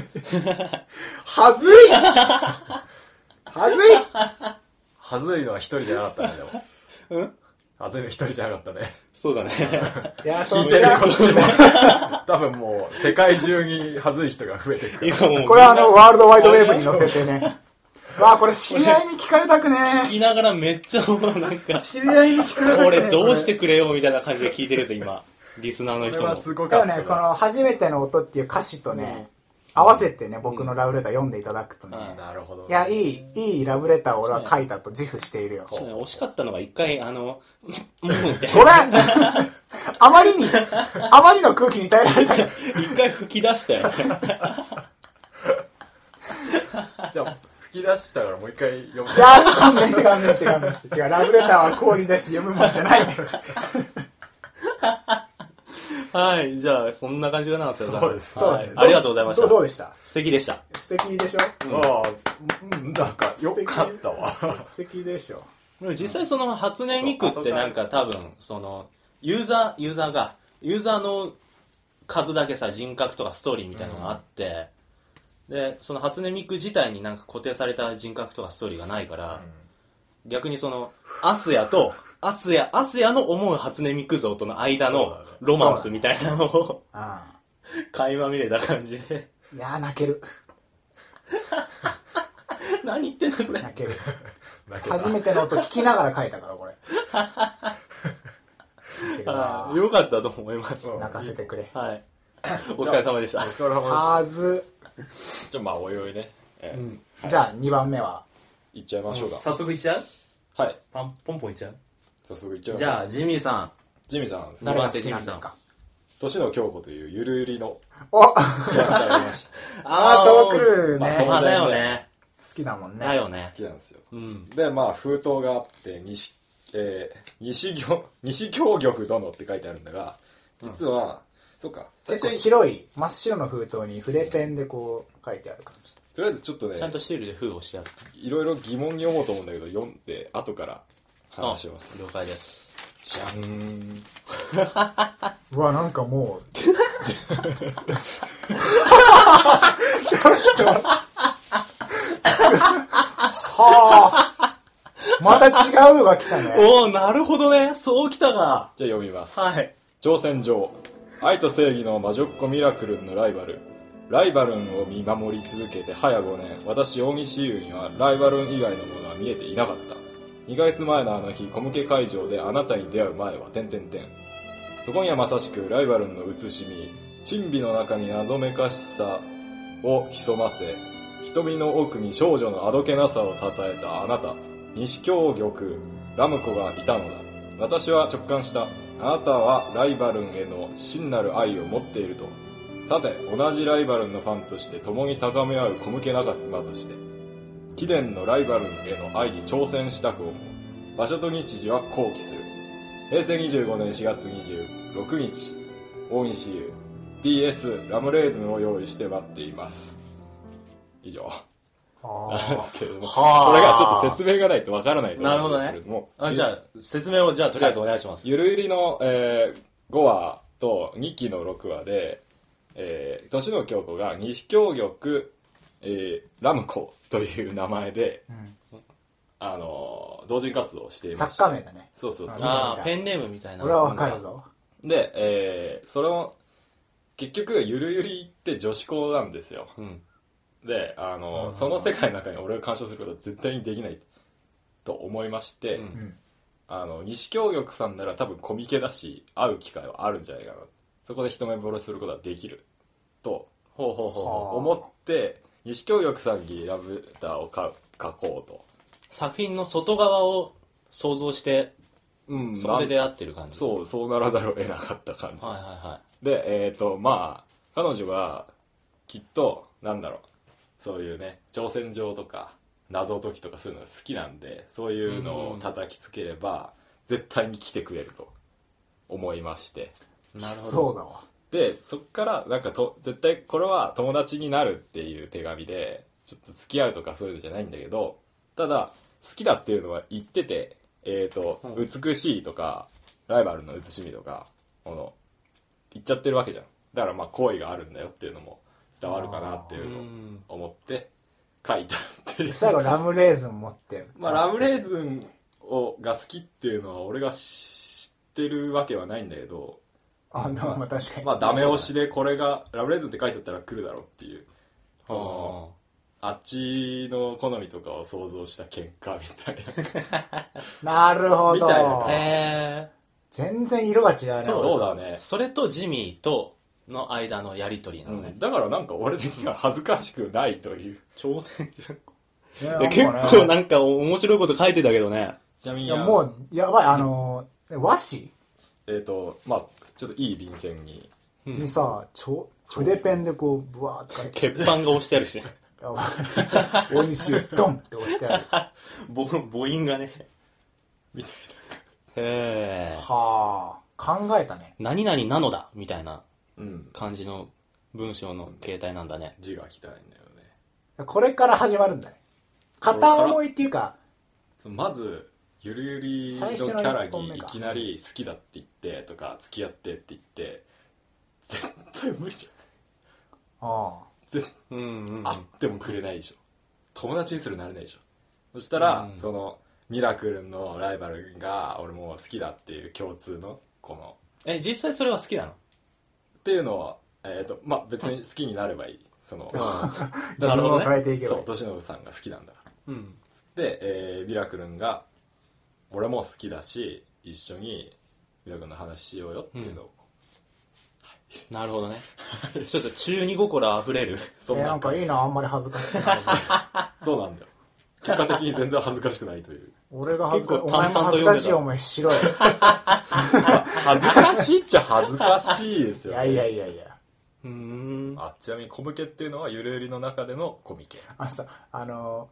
はずいはずいはずいのは一人じゃなかったねでもうんはずいの一人じゃなかったねそうだね。いやそ聞ういてるいやこっちも多分もう世界中にはずい人が増えていくから今もう、これはあのワールドワイドウェーブに乗せてねわあこれ知り合いに聞かれたくねえ聞きながらめっちゃもうなんか、知り合いに聞かれたくね俺どうしてくれよみたいな感じで聞いてるぞ、今。リスナーのこれ人はも。すごだかよったね、この初めての音っていう歌詞とね、合わせてね、僕のラブレター読んでいただくとね、うんなるほど、ね、いや、いい、いいラブレターを俺は書いたと自負しているよ。そうね惜しかったのが一回、あの、うんうんみたいごめん あまりに、あまりの空気に耐えられたからな一回吹き出したよね。じゃあ吹き出したからもう一回読むいやー、ちょっと勘弁して勘弁して勘弁して。違う、ラブレターは氷だし読むもんじゃない。はい、じゃあ、そんな感じかな、それはそうですそうですね。はいありがとうございましたどうどうでした素敵でした。素敵 でしょああうんなんかよかったわ素敵でしょ。でも実際その初音ミクってなんか多分、その、ユーザー、ユーザーが、ユーザーの数だけさ、人格とかストーリーみたいなのがあって、で、その初音ミク自体になんか固定された人格とかストーリーがないから、逆にその、アスヤと、アスヤ、アスヤの思う初音ミク像との間そうのだねロマンスみたいなのを、 あ垣間見れた感じで、あ。いやー、泣ける。何言ってんだこれ。泣ける。だけど初めての音聞きながら書いたから、これ。泣けるなあーよかったと思います。うん泣かせてくれ。 はい。お疲れ様でしおた。疲れ様はず。じゃあまあおいおいね、えーじゃあ、2番目は。いっちゃいましょうか、早速いっちゃうはいパンポンポンいっちゃう早速いっちゃいましょじうゃあ、ジミーさジミーさんですね誰が好きなんですか年の京子というゆるゆりのおあキャラクターがいましたん。あ、そう来るまね。あま友あ、だ達好よね。きだもんね。だよね好。きなんですようん。でまあ封筒があって西,、えー西行 西京玉殿って書いてあるんだが実は、そっか最結構初に白い、真っ白の封筒に筆ペンでこう書いてある感じ。とりあえずちょっとねちゃんとシールで封をしてある。いろいろ疑問に思うと思うんだけど読んで後から話します了解です。じゃんうわ、なんかもう、 はあ、また違うのが来た ね。おおなるほどね。そうきたか。じゃあ読みます、はい。挑戦状愛と正義の魔女っ子ミラクルンのライバルライバルンを見守り続けて早5年私大西優にはライバルン以外のものは見えていなかった2ヶ月前のあの日小向け会場であなたに出会う前は点々点そこにはまさしくライバルンの慈しみ珍美の中に謎めかしさを潜ませ瞳の奥に少女のあどけなさをたたえたあなた西京玉ラムコがいたのだ私は直感したあなたはライバルンへの真なる愛を持っているとさて同じライバルンのファンとして共に高め合う小向け仲間として貴殿のライバルンへの愛に挑戦したく思う場所と日時は抗議する平成25年4月26日大西優 PS ラムレーズンを用意して待っています以上なん ではすけれどもはあこれがちょっと説明がないとわからないと思うんですけれどもあじゃあ、説明を、じゃあ、とりあえずお願いします。ゆるゆりの、えー5話と2期の6話で、えー、年の京子が西京玉、えーラムコという名前で、んあのー同人活動をしていあま作した家名だね。そうそうそうああ、ペンネームみたいな。俺はわかるぞ。で、えーそれを結局ゆるゆりって女子校なんですようん。であのーその世界の中に俺を干渉することは絶対にできないと思いまして、うんうん。あの西京極さんなら多分コミケだし会う機会はあるんじゃないかなそこで一目惚れすることはできるとほうほうほうはあほ思って西京極さんにラブレターをか書こうと、う。作品の外側を想像して、うんそこでな出会ってる感じ。う。そうそうならざるを得なかった感じ、はいはいはでえっ、とまあ彼女はきっとなんだろうそういうね挑戦状とか謎解きとかそういうのが好きなんでそういうのを叩きつければ絶対に来てくれると思いましてい。なるほど。そうだわ。でそっからなんかと絶対これは友達になるっていう手紙でちょっと付き合うとかそういうのじゃないんだけどただ好きだっていうのは言っててえっ、と、う美しいとかライバルの慈しみとかこの言っちゃってるわけじゃんだからまあ好意があるんだよっていうのも伝わるかなっていうのをん。思って書いたっていう最後、ラムレーズン持って。 まあ、ラムレーズンをが好きっていうのは俺が知ってるわけはないんだけどあ、でもまあ確かに。まあダメ押しでこれがラブレーズンって書いてあったら来るだろうっていうそのはあっちの好みとかを想像した結果みたいななるほどみたいなあ。へ全然色が違うね。 そうだねえ。それとジミーとの間のやりとりなうのねん。だからなんか俺的には恥ずかしくないという挑戦状いやで結構なんか面白いこと書いてたけど ね。ちなみいにや、あのもう、やばい、あの、和紙えっ、とまあちょっといい便箋ににさ、ちょ筆ペンでこう、ぶわーって書いて。 鉄板が押してあるしね。大西をドンって押してある。ぼ母音がね、みたいな。へえ。はあ、考えたね。何々なのだみたいなうん。感じの文章の形態なんだね。字が汚いんだよね。これから始まるんだね。片思いっていうか、そのまずゆるゆりの最キ初のャラ一本目にいかきなり好きだって言ってとか付き合ってって言って絶対無理じうん。ゃん絶うんうん。会ってもくれないでしょ友達にするなれないでしょそしたら、うんそのミラクルのライバルが俺も好きだっていう共通のこのえ、実際それは好きなのっていうのはえっ、とまあ別に好きになればいいその自分を変えていけばそいうい。年信さんが好きなんだからうん。で、えーミラクルンが俺も好きだし一緒にミラクルンの話しようよっていうのを、なるほどね。ちょっと中二心あふれる。そんえーななんかいいな、あんまり恥ず かしくない。そうなんだよ結果的に全然恥ずかしくないという 俺が恥ずかしい。お結構前淡々とも恥ずかしい思いしろよ。恥ずかしいっちゃ恥ずかしいですいよ、やいやいやいや。 うーん。あちなみにコムケっていうのはゆるゆりの中でのコミケあのさ、あの、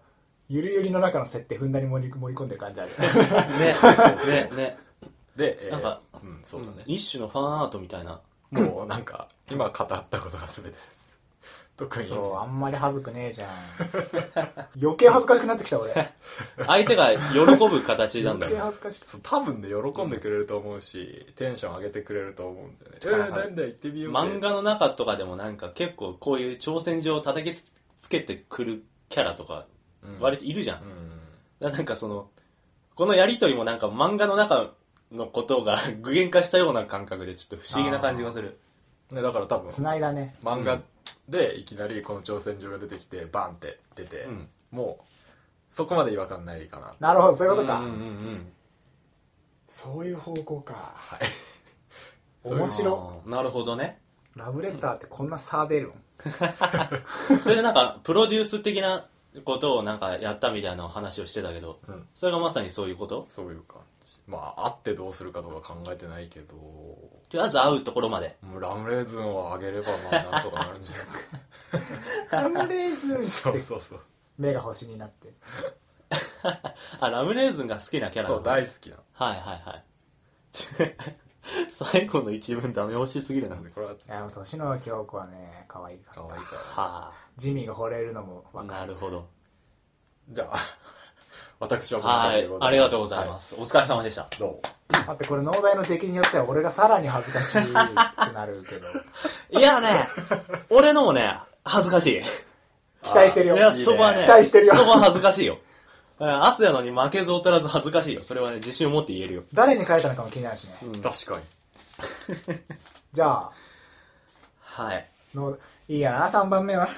ゆるゆりの中の設定ふんだんに盛り盛り込んでる感じある。ね、ね、ね。で、えーなんかうんそうだね、一種のファンアートみたいな。もうなんか今語ったことが全てです特に そう、あんまり恥ずくねえじゃん。余計恥ずか しくなってきた俺。相手が喜ぶ形なん余だ計よ。恥ずかしく。そう多分ね喜んでくれると思うし、テンション上げてくれると思うんだよね「え力入ー、るなんだ行ってみようぜ」漫画の中とかでもなんか結構こういう挑戦状を叩きつつけてくるキャラとかうん割といるじゃんう、んだなんかそのこのやりとりもなんか漫画の中のことが 具現化したような感覚でちょっと不思議な感じがするね、だから多分繋いだね。漫画でいきなりこの挑戦状が出てきてバンって出て、うんもうそこまで違和感ないかななるほど、そういうことうんうか。んうんそういう方向か。はい面白。あーなるほどねラブレターってこんな差出るんそれでなんかプロデュース的なことをなんかやったみたいなお話をしてたけど、うんそれがまさにそういうことそういう感じまあ会ってどうするかとか考えてないけどもとりあえず会うところまでうラムレーズンをあげればまあなんとかなるんじゃないですかラムレーズ ンっ そてうそうそう目が星になって。あラムレーズンが好きなキャラそなのう大好きなはいはいはい 最後の一文ダメ押しすぎるなのでこれはちいょっや、もう年の京子はね、可愛いかとら可愛いからはジミーが惚れるのもあわかなる。るほどじゃあ私ははいこんな感じでございますありがとうございます、お疲れ様でし たはいどうも待って、これ農大の出来によっては俺がさらに恥ずかしいってなるけ ど。いやね俺のもね恥ずかしい期待してるよ。いや、そこはね、期待してるよそこは恥ずかしいよ。うんアスやのに負けず劣らず恥ずかしいよ。それはね、自信を持って言えるよ。誰に書いたのかも気になるしね。確かにじゃあ、はい。のいいやな、3番目は。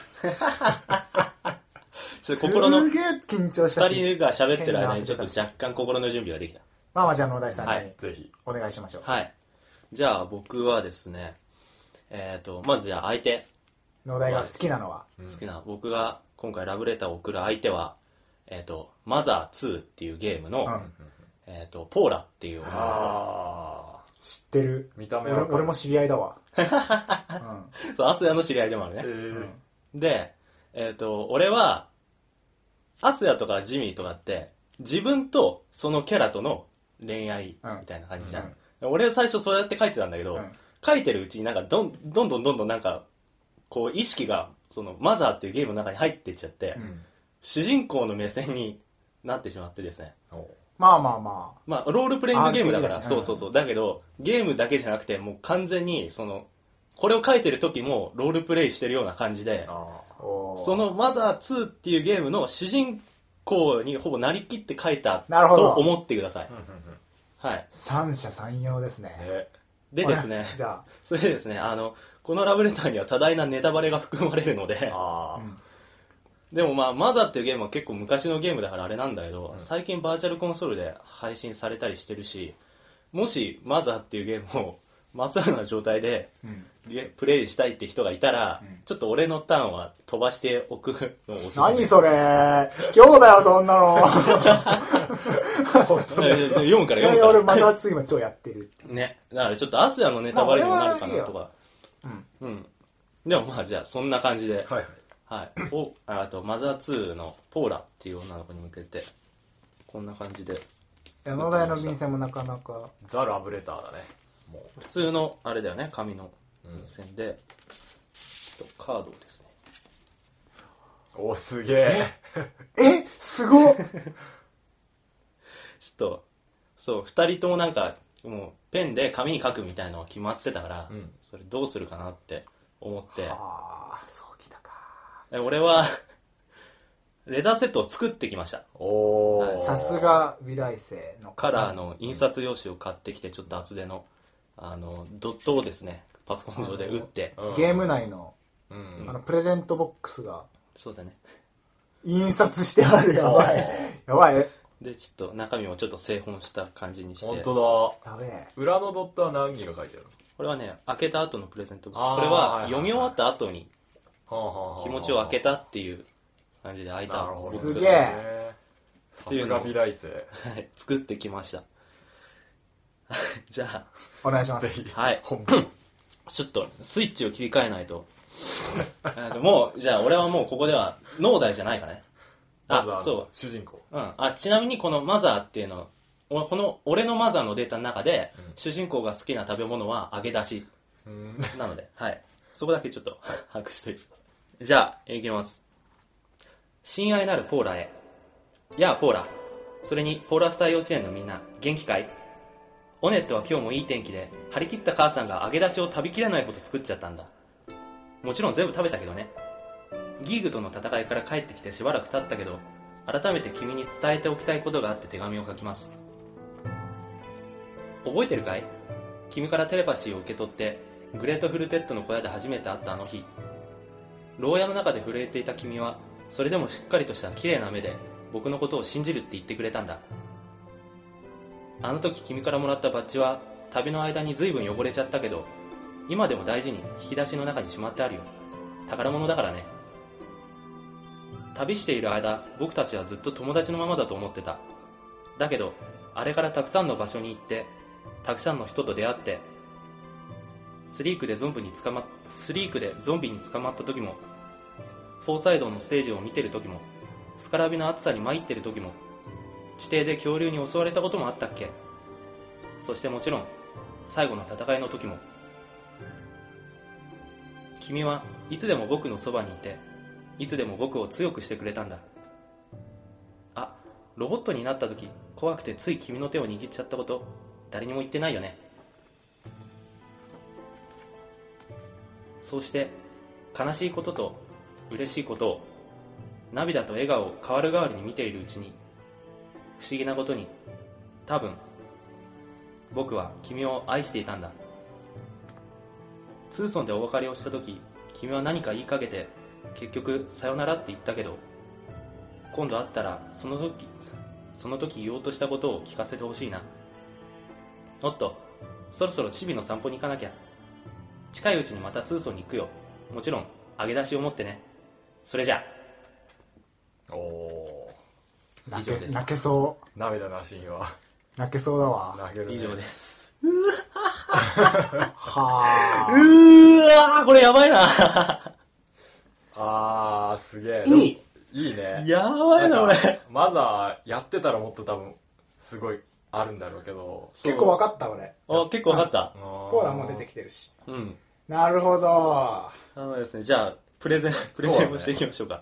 ちょっと心の、す二げえ緊張したし。人が喋ってる間にちょ変っな汗かいと若干心の準備ができた。まあまあじゃあ農大さんはにいぜひお願いしましょう。はい。じゃあ僕はですね、えっ、と、まずじゃあ相手、農大が好きなのは。好きな、僕が今回ラブレターを送る相手は、えっ、と、マザー2っていうゲームの、うんえっ、と、ポーラっていう女の子ああ知ってる。見た目俺は俺も知り合いだ わ。うんそう、アスヤの知り合いでもあるねえ。ーで、えっ、と、俺は、アスヤとかジミーとかって、自分とそのキャラとの恋愛みたいな感じじゃん。俺最初そうやって書いてたんだけど、うん書いてるうちになんかどんどんどんどんどんなんか、こう意識が、そのマザーっていうゲームの中に入っていっちゃって、ん主人公の目線になってしまってですね。おまあまあまあ。まあ、ロールプレイングゲームだから、 RPG だしそうそうそう。だけど、ゲームだけじゃなくて、もう完全に、その、これを書いてる時もロールプレイしてるような感じで、あーおーそのマザー2っていうゲームの主人公にほぼなりきって書いたなるほどと思ってくださいうん。うんはい。三者三様ですうんね。ねでですね、じゃ それでですね、あの、このラブレターには多大なネタバレが含まれるので、ああ、でもまあ、マザーっていうゲームは結構昔のゲームだからあれなんだけど、最近バーチャルコンソールで配信されたりしてるし、もしマザーっていうゲームをまっさらな状態であ、うんゲプレイしたいって人がいたら、んちょっと俺のターンは飛ばしておくのをおすすめ何それ卑怯だよ、そんなの。読むかちら読なみむにから俺、また次も超やってる。ね。だからちょっとアスヤのネタバレにもなるかなとか。まあ俺はいうん。でもまあじゃあそんな感じで。はい、はいはいはい。お、ああと、マザー2のポーラっていう女の子に向けて、こんな感じで、 山田屋の便箋もなかなか、ザ・ラブレターだね。もう。普通の、あれだよね、紙のうん便箋で、ちょっとカードをですね。お、すげえ。えす ごっちょっと、そう、二人ともなんか、もう、ペンで紙に書くみたいなのは決まってたから、うんそれどうするかなって思って、ああ、そうきたか。え俺は、 レターセットを作ってきました。おー。さす。が美大生のカラーの印刷用紙を買ってきて、ちょっと厚手の、あの、ドットをですね、パソコン上で打って、うんゲーム内のうあん。のプレゼントボックスがそうだね。印刷して あるやばい やばいで、ちょっと中身もちょっと製本した感じにして、本当やべえだ。裏のドットは何が書いてあるこれはね、開けた後のプレゼントボックあース。これはいはいははい読み終わった後にのはあはあはあ気持ちを開けたっていう感じで開いたなるほボッど。クすスげえねさすが美大生。はい作ってきました。はいじゃお願いしますはい本部。あ、ちょっとスイッチを切り替えないと。なんかもう、じゃあ俺はもうここでは脳代じゃないからね。まずあの、そ主人公。う。うん。あ、ちなみにこのマザーっていうの、おこの俺のマザーのデータの中で、うん主人公が好きな食べ物は揚げ出しうん。 なので、はい。そこだけちょっと 把握しといてください。じゃあ、いきます。親愛なるポーラへ。やあ、ポーラ。それに、ポーラスター幼稚園のみんな、元気かいオネットは今日もいい天気で、張り切った母さんが揚げ出しを食べきれないほど作っちゃったんだ。もちろん全部食べたけどね。ギーグとの戦いから帰ってきてしばらく経ったけど、改めて君に伝えておきたいことがあって手紙を書きます。覚えてるかい君からテレパシーを受け取ってグレートフルテッドの小屋で初めて会ったあの日牢屋の中で震えていた君はそれでもしっかりとした綺麗な目で僕のことを信じるって言ってくれたんだあの時君からもらったバッジは旅の間に随分汚れちゃったけど今でも大事に引き出しの中にしまってあるよ宝物だからね旅している間僕たちはずっと友達のままだと思ってただけどあれからたくさんの場所に行ってたくさんの人と出会ってスリークでゾンビに捕まっスリークでゾンビに捕まった時もフォーサイドのステージを見てる時もスカラビの暑さに参ってる時も地底で恐竜に襲われたこともあったっけそしてもちろん最後の戦いの時も君はいつでも僕のそばにいていつでも僕を強くしてくれたんだあロボットになった時怖くてつい君の手を握っちゃったこと誰にも言ってないよねそうして悲しいことと嬉しいことを涙と笑顔を変わる代わりに見ているうちに不思議なことに多分僕は君を愛していたんだツーソンでお別れをした時君は何か言いかけて結局さよならって言ったけど今度会ったらその時その時言おうとしたことを聞かせてほしいなおっとそろそろチビの散歩に行かなきゃ近いうちにまた通ソンに行くよもちろん揚げ出しを持ってねそれじゃおー。泣以け上です泣けそ涙なしには、う泣けそうだわ投げる、ね。以上ですはうわーこれやばいな あー、すげえ。いいでもいいね。やばいなんか俺まだやってたらもっと多分、すごいあるんだろうけど。結構わかった俺お結構わかったココーラも出てきてるしうんなるほどあのですねじゃあプレゼンプレゼンをしていきましょうか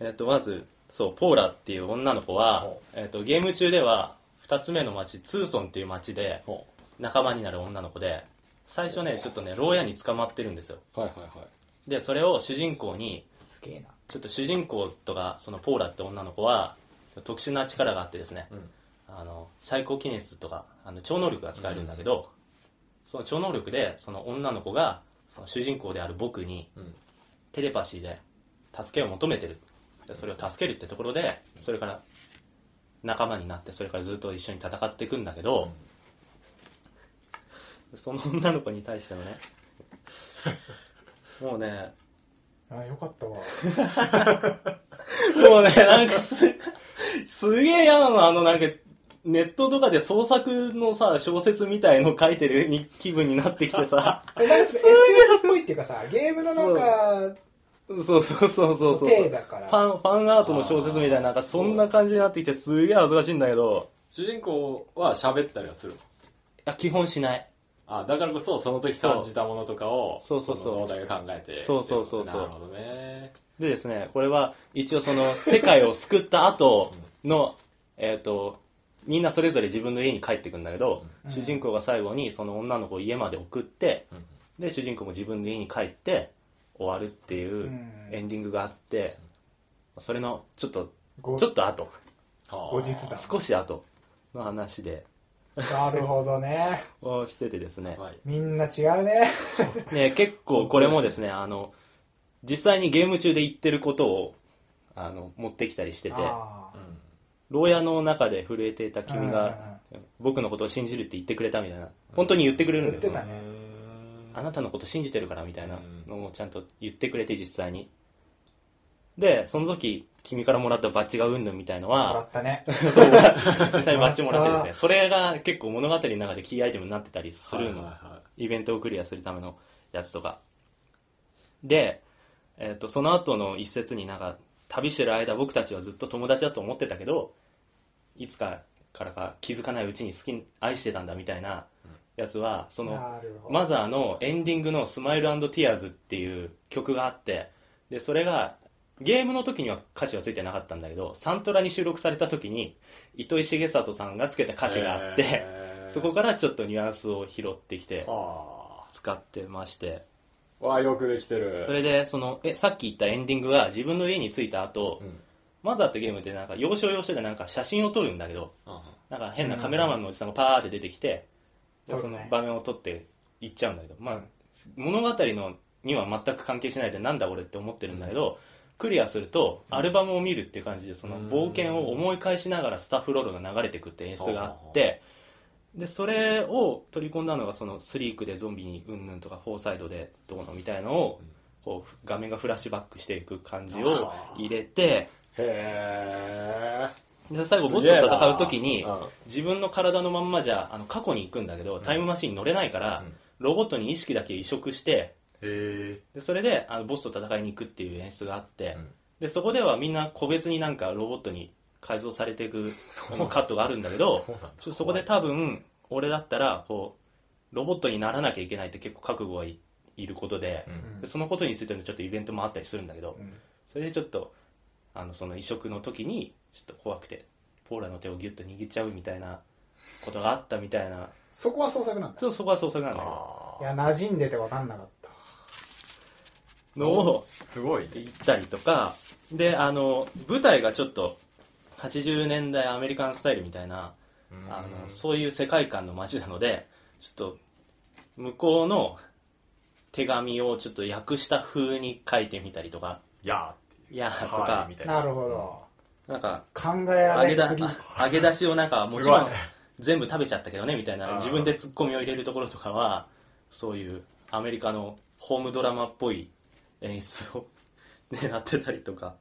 えっとまずそうポーラっていう女の子はほ、えっとゲーム中では2つ目の町ツーソンっていう町でほ仲間になる女の子で最初ねちょっとね牢屋に捕まってるんですよはいはいはいでそれを主人公にすげえなちょっと主人公とかそのポーラって女の子は特殊な力があってですね、んあの最高記念室とかあの超能力が使えるんだけど、その超能力でその女の子がその主人公である僕にうんテレパシーで助けを求めてるでそれを助けるってところでそれから仲間になってそれからずっと一緒に戦っていくんだけど、その女の子に対しての ねもうねあよかったわもうね、なんかす、すげえ嫌なの、あのなんか、ネットとかで創作のさ、小説みたいの書いてる気分になってきてさ、それなんかちょっと SF っぽいっていうかさゲームの中 そうそうそうそうそう。手だから。ファン、ファンアートの小説みたいな、なんかそんな感じになってきて、すげえ恥ずかしいんだけど、主人公は喋ったりはするのいや、基本しない。あだからこそその時感じたものとかをそうそうそうの脳内が考えてそうそうそうそうなるほどねでですね、これは一応その、世界を救った後の、えっ、と、みんなそれぞれ自分の家に帰ってくんだけど、主人公が最後にその女の子を家まで送って、んで、主人公も自分の家に帰って、終わるっていううんエンディングがあって、それの、ちょっと、ごちょっと後、後後日だ。少し後の話で、なるほどね。をしててですね。はいみんな違うね。ね、結構これもですね、あの、実際にゲーム中で言ってることを、あの、持ってきたりしてて、あうーん牢屋の中で震えていた君が、僕のことを信じるって言ってくれたみたいな、本当に言ってくれるんだよ。言ってたねあなたのこと信じてるからみたいなのもちゃんと言ってくれて実際に。で、その時、君からもらったバッジがうんぬんみたいのもらは、ったね。実際にバッジもらってるんですね。あそれが結構物語の中でキーアイテムになってたりするはいの。はいはいイベントをクリアするためのやつとかで、えー、とその後の一節になんか旅してる間僕たちはずっと友達だと思ってたけどいつかからか気づかないうちに好きに愛してたんだみたいなやつはそのなるほど。マザーのエンディングの「スマイルティアーズ」っていう曲があってでそれがゲームの時には歌詞はついてなかったんだけどサントラに収録された時に糸井重里さんがつけた歌詞があって、へーそこからちょっとニュアンスを拾ってきてあ使ってましてあわあよくできてるそれでそのえさっき言ったエンディングが自分の家に着いた後、うんマザーってゲームってなんか要所要所でなんか写真を撮るんだけどうんなんか変なカメラマンのおじさんがパーって出てきて、でその場面を撮って行っちゃうんだけど、まあ、物語のには全く関係しないでなんだ俺って思ってるんだけど、クリアするとアルバムを見るっていう感じでその冒険を思い返しながらスタッフロールが流れてくって演出があって、でそれを取り込んだのがそのスリークでゾンビにうんぬんとかフォーサイドでどうのみたいのをこう画面がフラッシュバックしていく感じを入れてへで最後ボスと戦う時すげにえなうん自分の体のまんまじゃあの過去に行くんだけどタイムマシンに乗れないからうんロボットに意識だけ移植してえへでそれであのボスと戦いに行くっていう演出があって、うんでそこではみんな個別になんかロボットに改造されていく そうあのカットがあるんだけ どそうなんだちょそこで多分俺だったらこうロボットにならなきゃいけないって結構覚悟がいいることで,、うんでそのことについてのちょっとイベントもあったりするんだけど、うんそれでちょっとあのその移植の時にちょっと怖くてポーラの手をギュッと握っちゃうみたいなことがあったみたいなそこは創作なんだ。そうそこは創作なんだけどあいや、馴染んでて分かんなかった。のをーすごいね行ったりとかであの舞台がちょっと80年代アメリカンスタイルみたいなあのそういう世界観の街なのでちょっと向こうの手紙をちょっと訳した風に書いてみたりとかいや「いや」 とーか、はいみたいななるほど。なんか考えら揚げれだすぎ。揚げ出しをなんかもちろすんごい全部食べちゃったけどねみたいなうん自分でツッコミを入れるところとかはそういうアメリカのホームドラマっぽい演出を狙ってたりとか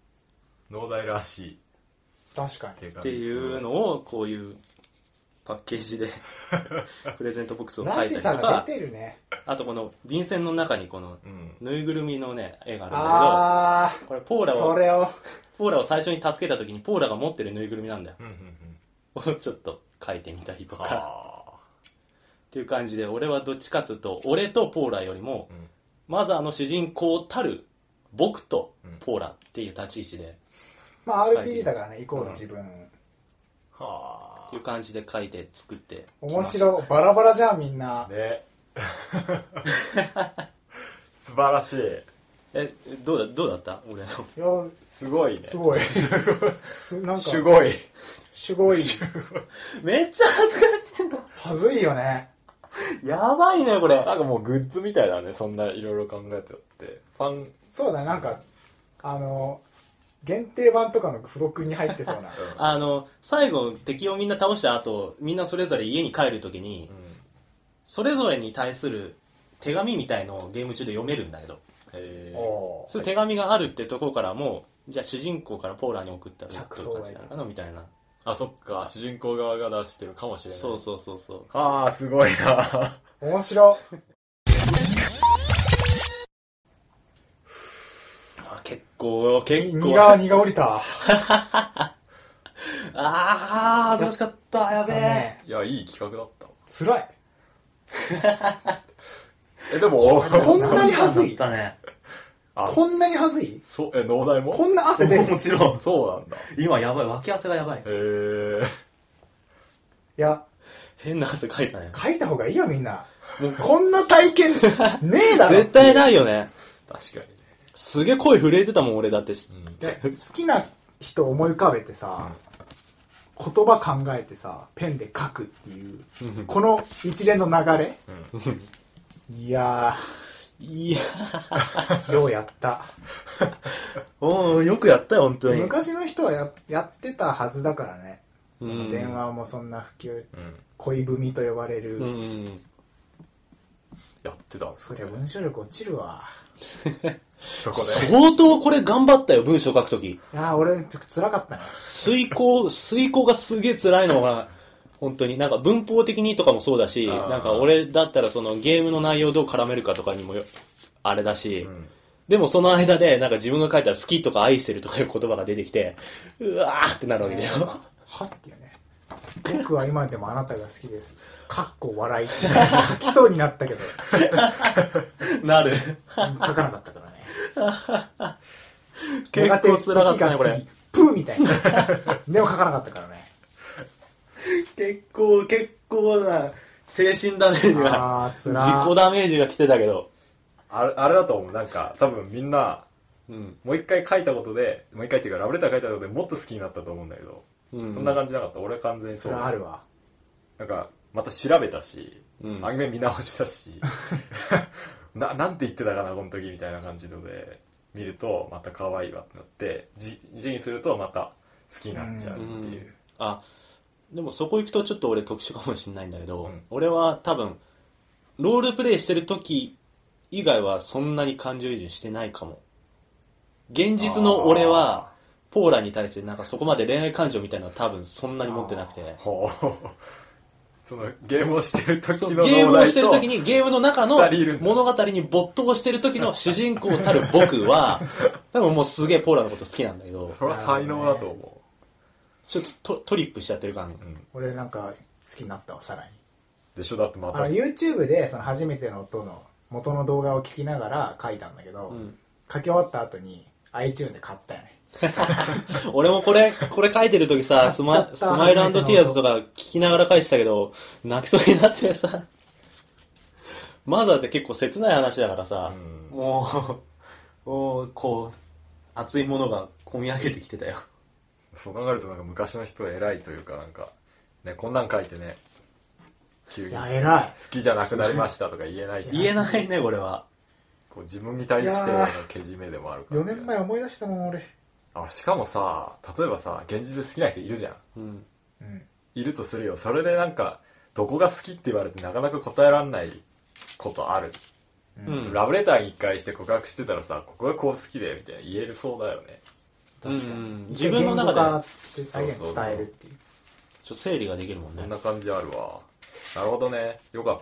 農大らしい確かに。手紙っていうのをこういうパッケージで プレゼントボックスを書らいしたさりとがか出てるね。あとこの便箋の中にこのうんぬいぐるみのね絵がああるんだけどこれー。ポーラそをれを。ポーラを最初に助けた時にポーラが持ってるぬいぐるみなんだよ うんうんうんをちょっと書いてみたりとか。はっていう感じで俺はどっちかっつうと俺とポーラよりもーうんマザーの主人公たる僕とポーラっていう立ち位置でまあ RPG だからね、イコール自分。はっていう感じで書いて作って面白い。バラバラじゃん、みんあな。ね 素晴らしいえどうだどうだった俺の いや、すごいねすごい。 すなんすか、ごいすごい。めっちゃ恥ずかしいのはずいよね。やばいねこれなんかもうグッズみたいだねそんないろいろ考えてってファンそうだね、なんか、あの、限定版とかの付録に入って そうな。あの最後敵をみんな倒した後みんなそれぞれ家に帰る時にうんそれぞれに対する手紙みたいのをゲーム中で読めるんだけどへーおーそういう手紙があるってところからもうじゃあ主人公からポーラに送ったら着想どうがいいうい感じなのみたいなあそっか主人公側が出してるかもしれないそうそうそうそうああすごいな面白。あ構、結荷構。が、荷が降りた。あー、恥ずかしかった。やべあのえ。ね いやいい企画だった辛い。えでもこんなに恥ずいだね。あこんなに恥ずいそうえ脳内もこんな汗 出る。もいちろん。そうなんだ今やばい。脇汗がやばいへ。えや、変な汗かいた ね。書いた方がいいよみんな。こんな体験 し、ねえだろ。絶対ないよね。確かにねすげえ声震えてたもん、俺だって。で好きな人を思い浮かべてさ、言葉考えてさ、ペンで書くっていう、この一連の流れ。いやいやー、ようやった。おー、よくやったよ、本当に。昔の人はややってたはずだからね。その電話もそんな普及、うん恋文と呼ばれる。うん。やってたんです そねりゃ文章力落ちるわ。そこで相当これ頑張ったよ、文章書くとき。いやー、俺、ちょっと辛かったね。遂行、遂行がすげえ辛いのが、本当に、なんか文法的にとかもそうだし、あーなんか俺だったらそのゲームの内容どう絡めるかとかにもよ、あれだし、んでもその間で、なんか自分が書いた好きとか愛してるとかいう言葉が出てきて、うわーってなるわけだよ。はっていうね。僕は今でもあなたが好きです。かっこ笑いって書きそうになったけど、なる。書かなかったからね。 結構辛かったね、こやがて時がれ過ぎ。プーみたい な。でも書かなかったからね。結構、結構な、精神ダメージがが、あー 自辛い己ダメージが来てたけど。あれあれだと思うなんか多分みんなうん。もう一回書いたことでもう一回っていうかラブレター書いたことでもっと好きになったと思うんだけど、うんそんな感じなかった俺完全にそそうれはあるわ。なんかまた調べたし、うんアニメ見直した しななんて言ってたかなこの時みたいな感じので見るとまた可愛いわってなってじ字にするとまた好きになっちゃうっていう、あでもそこ行くとちょっと俺特殊かもしれないんだけど、うん俺は多分ロールプレイしてる時以外はそんなに感情移入してないかも現実の俺はポーラに対してなんかそこまで恋愛感情みたいなのは多分そんなに持ってなくてほうそのゲームをしてる時のゲームをしてる脳時内とにゲームの中の二人いるんだ物語に没頭してる時の主人公たる僕 は多分もうすげえポーラのこと好きなんだけどそれは才能だと思ちょっとトトリップしちゃってる感う、うん、俺なんか好きになったわ、さらに。でしょだってまあたの、YouTube でその初めての音の元の動画を聞きながら書いたんだけど、うん書き終わった後に iTunes で買ったよね。俺もこれ、これ書いてるときさ、ス買っちゃマったスマイルティアーズとか聞きながら書いてたけど、泣きそうになってさ、マザーって結構切ない話だからさ、うんもう、もう、こう、熱いものが込み上げてきてたよ。そう考えるとなんか昔の人は偉いというかなんか、ね、こんなん書いてね急いに好や、偉い。きじゃなくなりましたとか言えないし言えないね、これは。こう自分に対していのやけじめでもあるから、 4年前思い出したもん、俺。あしかもさ例えばさ現実で好きな人いるじゃんうん。うん。いるとするよそれでなんかどこが好きって言われてなかなか答えられないことある、うん。ラブレターに一回して告白してたらさここがこう好きでみたいな言えるそうだよね確かうんうんに。自分の中一で回言語化して再現伝えるっていう。ちょっと整理ができるもんそねん。な感じあるわなるほどねよか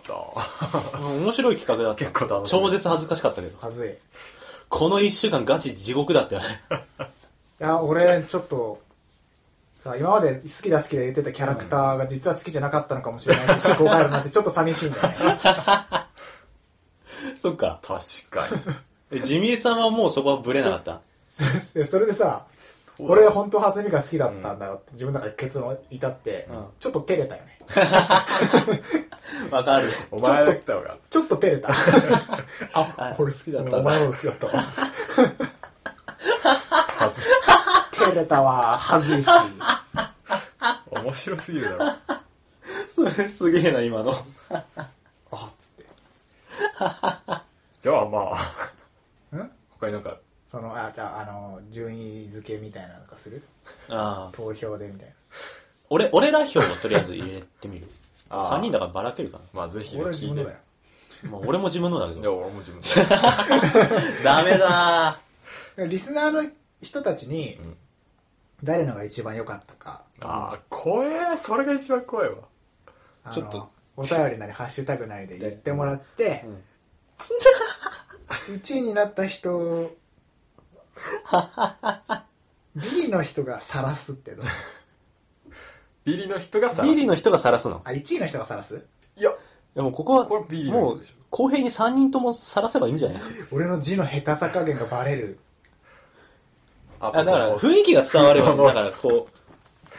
っ た面白い企画だった。結構楽しみ超絶恥ずかしかったけど。はずい。いこの一週間ガチ地獄だったよね。や、俺、ちょっと、さ、今まで好きだ好きだ言ってたキャラクターが実は好きじゃなかったのかもしれないし、思考があるなんてちょっと寂しいんだよね。 そっか。確かにえジミーさんはもうそこはブレなかった。そそれでさ、そうだ俺本当はずみが好きだったんだよって、自分の中で結論至って、うんちょっと照れたよね。わかる。お前だったのかちょっと照れた。あ俺好きだった。お前のこと好きだったわ。はず照れたわ、恥ずいし。面白すぎるだろ それすげえな、今の。あっつって。じゃあまあん他になんかその、あ、じゃあ、あの、順位付けみたいなのとかするああ。投票でみたいな。俺、俺ら票をとりあえず入れてみる。ああ3人だからばらけるかまあぜひね俺は自聞い分てのだよ。な。まあ、俺も自分のだけいや ど。俺も自分でダメだリスナーの人たちに、ん誰のが一番良かったか、ああ怖えそれが一番怖いわあのちょっとお便りなり、ハッシュタグなりで言ってもらってうん、 1位になった人ビリの人が晒すってどうビリの人がさビリの人が晒すの。あ、1位の人が晒すいやでもここは、これビリのも人うでしょ、公平に3人とも晒せばいいんじゃない俺の字の下手さ加減がバレる。ああだから、ここ雰囲気が伝われば、封筒のだから、こう、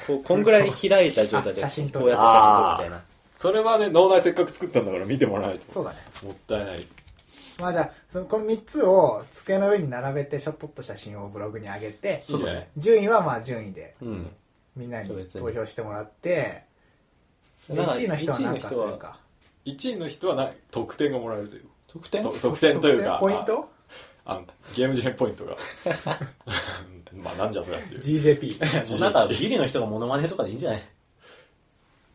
こう、こんぐらい開いた状態で、あ写真撮るこうやって写真撮るみたいな。それはね脳内せっかく作ったんだから見てもらわないとそうだね。もったいないまあじゃあ、そのこの3つを机の上に並べてショット撮った写真をブログに上げて、そうだね。順位はまあ順位でうん。みんなにそう別に投票してもらって、でだから1位の人は何かす一位のる人か。 1位の人はな得点がもらえるという得点と得点というかポイントあのゲーム事変ポイントが まあなんじゃそりゃっていう ?GJP。もうなんか、ビリの人がモノマネとかでいいんじゃない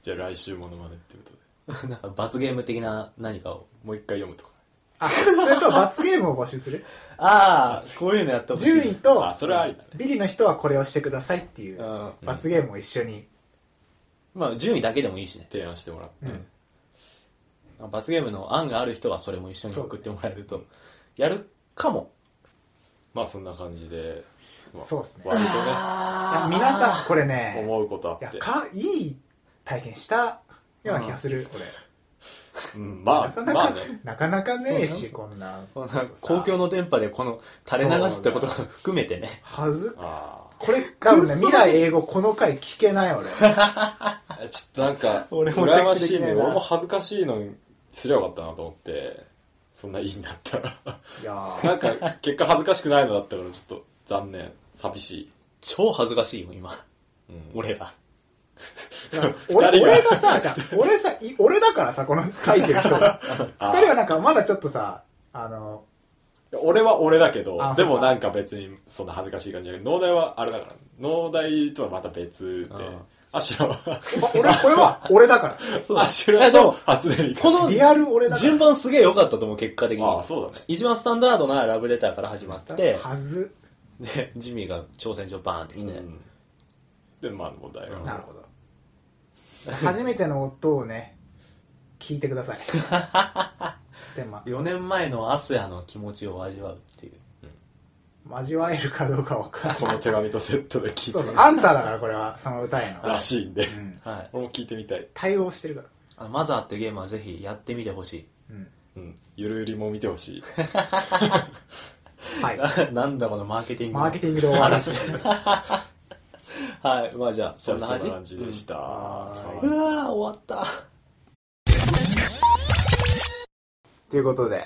じゃあ来週ものまねっていうことでなんか、罰ゲーム的な何かを。もう一回読むとかあ、それと罰ゲームを募集するああ、こういうのやってほしい。。順位とあそれはありだねビリの人はこれをしてくださいっていううん罰ゲームを一緒にまあ、順位だけでもいいしね。提案してもらって、うん罰ゲームの案がある人はそれも一緒に送ってもらえると、やるかも。まあそんな感じで、まあそうっすね割いや皆さんこれとねね思うことあいやってかいい体験したような気がするこれうん、まなあかなまあかねなかなかねえしこんなこんな公共の電波でこの垂れ流すってことがそう含めてね。はずあこれ多分ね未来英語この回聞けない俺あちょっとなんか俺も羨ましいチェックできなねいな俺も恥ずかしいのにすりゃよかったなと思ってそんないいんだったら いやーなんか結果恥ずかしくないのだったからちょっと残念寂しい、超恥ずかしいよ、今。うん、俺ら。俺誰が俺がさじゃあ俺さい俺だからさこの書いて る人があ二人はなんかまだちょっとさあの俺は俺だけどあでもそうかなんか別にそんな恥ずかしい感じじゃない農大はあれだから農大とはまた別でうんアシュラはま俺これは俺だかそうだアシュラえでとも初音ミクこらのリアル俺だから順番すげえ良かったと思う、結果的に。ああそうだね一番スタンダードなラブレターから始まって、はずで、ジミーが挑戦状バーンってきて、うんでまあ問題はなるほど初めての音をね聞いてく ださいステマ4年前のアスヤの気持ちを味わうっていう。交わえるかどうか分からないこの手紙とセットで聞いそうてそうるアンサーだからこれはその歌へのらしいんで、うんはい。俺も聞いてみたい、対応してるからあのマザーっていうゲームはぜひやってみてほしい。うんうん、ゆるゆりも見てほしいはいなんだこのマーケティングの。マーケティングで終わるしはい。まあじゃあ、じそゃあそんなんな感じ感じでした、はうはんうわー終わった。ということで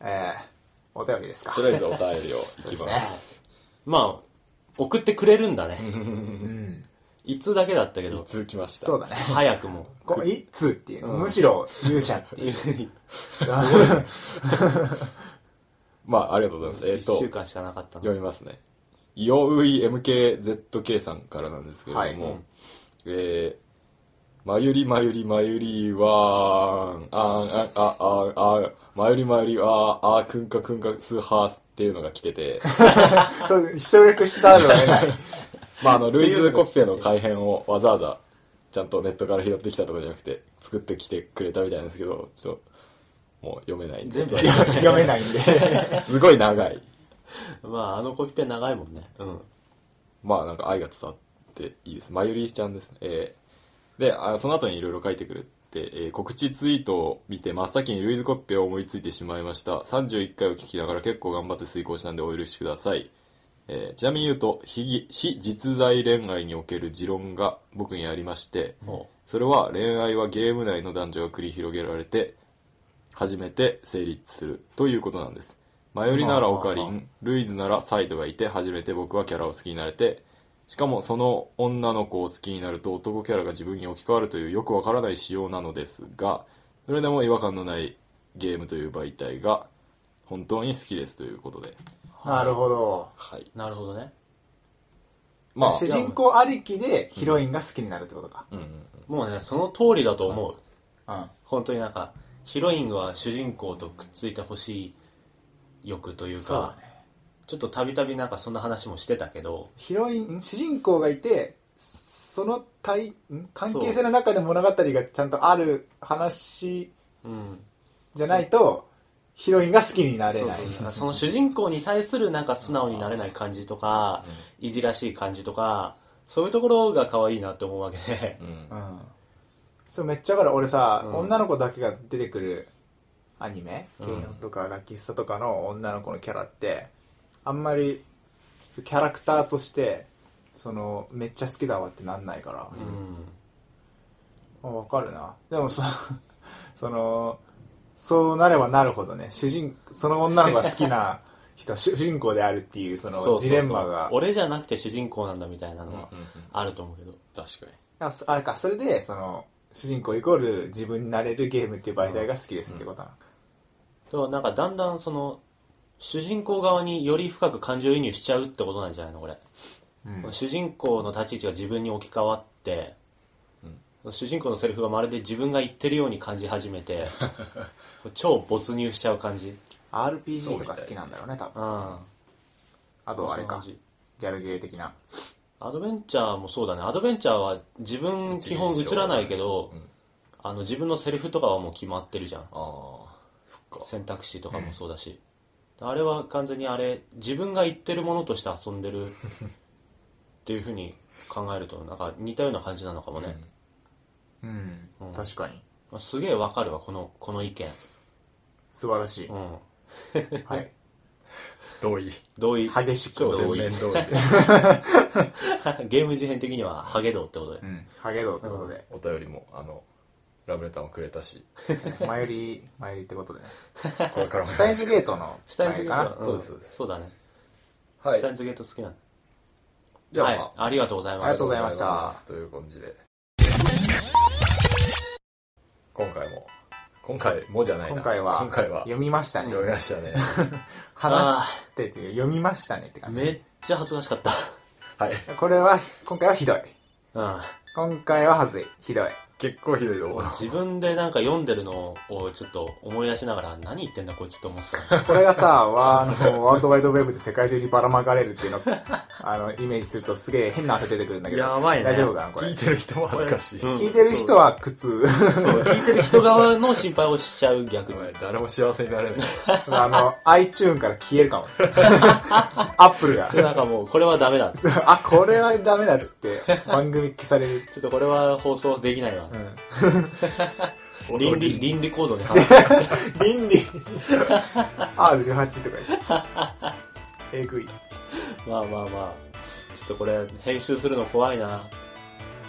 えーお便りですかいとりあえずお便りをいきますまあ、送ってくれるんだね。うんいつだけだったけ一ど、通来ましたそうだね早く も。この一通っていうのむしろ勇者っていうまあありがとうございますえっ、 1と週間しかなかったの。読みますね。イオウイ MKZK さんからなんですけれども、はいうんえー、まゆりまゆりまゆりはーん、あーん、あ、あ、あ、あ、まゆりまゆりはーん、あー、くんかくんかすはーすっていうのが来てて、一人略しざるを得ないまああの、ルイズ・コッペの改編をわざわざ、ちゃんとネットから拾ってきたとかじゃなくて、作ってきてくれたみたいなんですけど、ちょっと、もう読め ないんで全部読めないんですごい長い。まあ、あのコピペ長いもんね。うん。まあなんか愛が伝わっていいです。まゆりちゃんですね。えーであ、その後にいろいろ書いてくれて、えー告知ツイートを見て真っ先にルイズコッペを思いついてしまいました。31回を聞きながら結構頑張って遂行したんでお許しください。えーちなみに言うと非ぎ、非実在恋愛における持論が僕にありまして、もそれは恋愛はゲーム内の男女が繰り広げられて初めて成立するということなんですマヨリならオカリまあま、ンルイズならサイドがいて初めて僕はキャラを好きになれてしかもその女の子を好きになると男キャラが自分に置き換わるというよくわからない仕様なのですがそれでも違和感のないゲームという媒体が本当に好きですということでなるほどはいうなるほどね。まあ主人公ありきでヒロインが好きになるってことか。うんうんもうね、その通りだと思う。うん。本当になんか、ヒロインは主人公とくっついてほしい欲というそうだか、ね。ちょっとたびたびなんかそんな話もしてたけど、ヒロイン、主人公がいて、その対、ん関係性の中で物語がちゃんとある話うん。じゃないと、ヒロインが好きになれそうない。そうその主人公に対するなんか素直になれない感じとか、いじらしい感じとか、そういうところが可愛いなって思うわけでう、んうん。それめっちゃだから俺さ、うん女の子だけが出てくるアニメ、ケイオンとかラッキースタとかの女の子のキャラって、あんまりキャラクターとして、その、めっちゃ好きだわってなんないから。うん。あわかるな。でもそ、 その、そうなればなるほどね、主人、その女の子が好きな人、 主人公であるっていう、そそうそうその、うジレンマが。俺じゃなくて主人公なんだみたいなのはうんうんあると思うけど。確かにあそあれか、それで、その、主人公イコール自分になれるゲームっていう媒体が好きですってことなのか。でもなんかだんだんその、主人公側により深く感情移入しちゃうってことなんじゃないのこれ。うん主人公の立ち位置が自分に置き換わって、主人公のセリフがまるで自分が言ってるように感じ始めて、超没入しちゃう感じ。 RPG とか好きなんだろうね、多う分。ん。あとあれか、そんな感ギじャルゲー的な。アドベンチャーもそうだね。アドベンチャーは自分基本映らないけど、うんあの自分のセリフとかはもう決まってるじゃん。ああそっか選択肢とかもそうだし、あれは完全にあれ自分が言ってるものとして遊んでるっていうふうに考えるとなんか似たような感じなのかもね、うんうん。確かに。まあすげえわかるわこのこの意見、素晴らしい。うん、はい。同意同意激しく超全同意面同意で ゲーム事変的にはハゲドってことで、うん。ハゲドウってことで。お便りもあのラブレターもくれたし前より、前よりってことでね。これからもスタインズゲートの下に前付けかな。そうですそうですそうだね、はい下に付けと好きなんだじゃあ、はいまあ、ありがとうございあまりすがとうございましたという感じで今回も今回もじゃないな今回は今回は読みましたね。読みましたね話してっていう、読みましたねって感めじ。っちゃ恥ずかしかったはいこれは、今回はひどい。うん今回ははずい。ひどい。結構ひどいと思う自分でなんか読んでるのをちょっと思い出しながら何言ってんだこいつと思ってたこれがさ、わあのワールドワイドウェブで世界中にばらまかれるっていうの、あの、イメージするとすげえ変な汗出てくるんだけど。やばいね大丈夫かな、これ。聞いてる人も恥ずかしい、うん聞いてる人は苦痛。そう聞いてる人側の心配をしちゃう逆おに前誰も幸せになれないあの、iTune から消えるかも。Apple が。 でなんかもうこれはダメだちそうあ、これはダメだっつって、番組消される。ょっとこれは放送できないわ、 遅倫い理倫理行 動に反する倫理。R18 とか言って。えぐい。まあまあまあちょっとこれ編集するの怖いな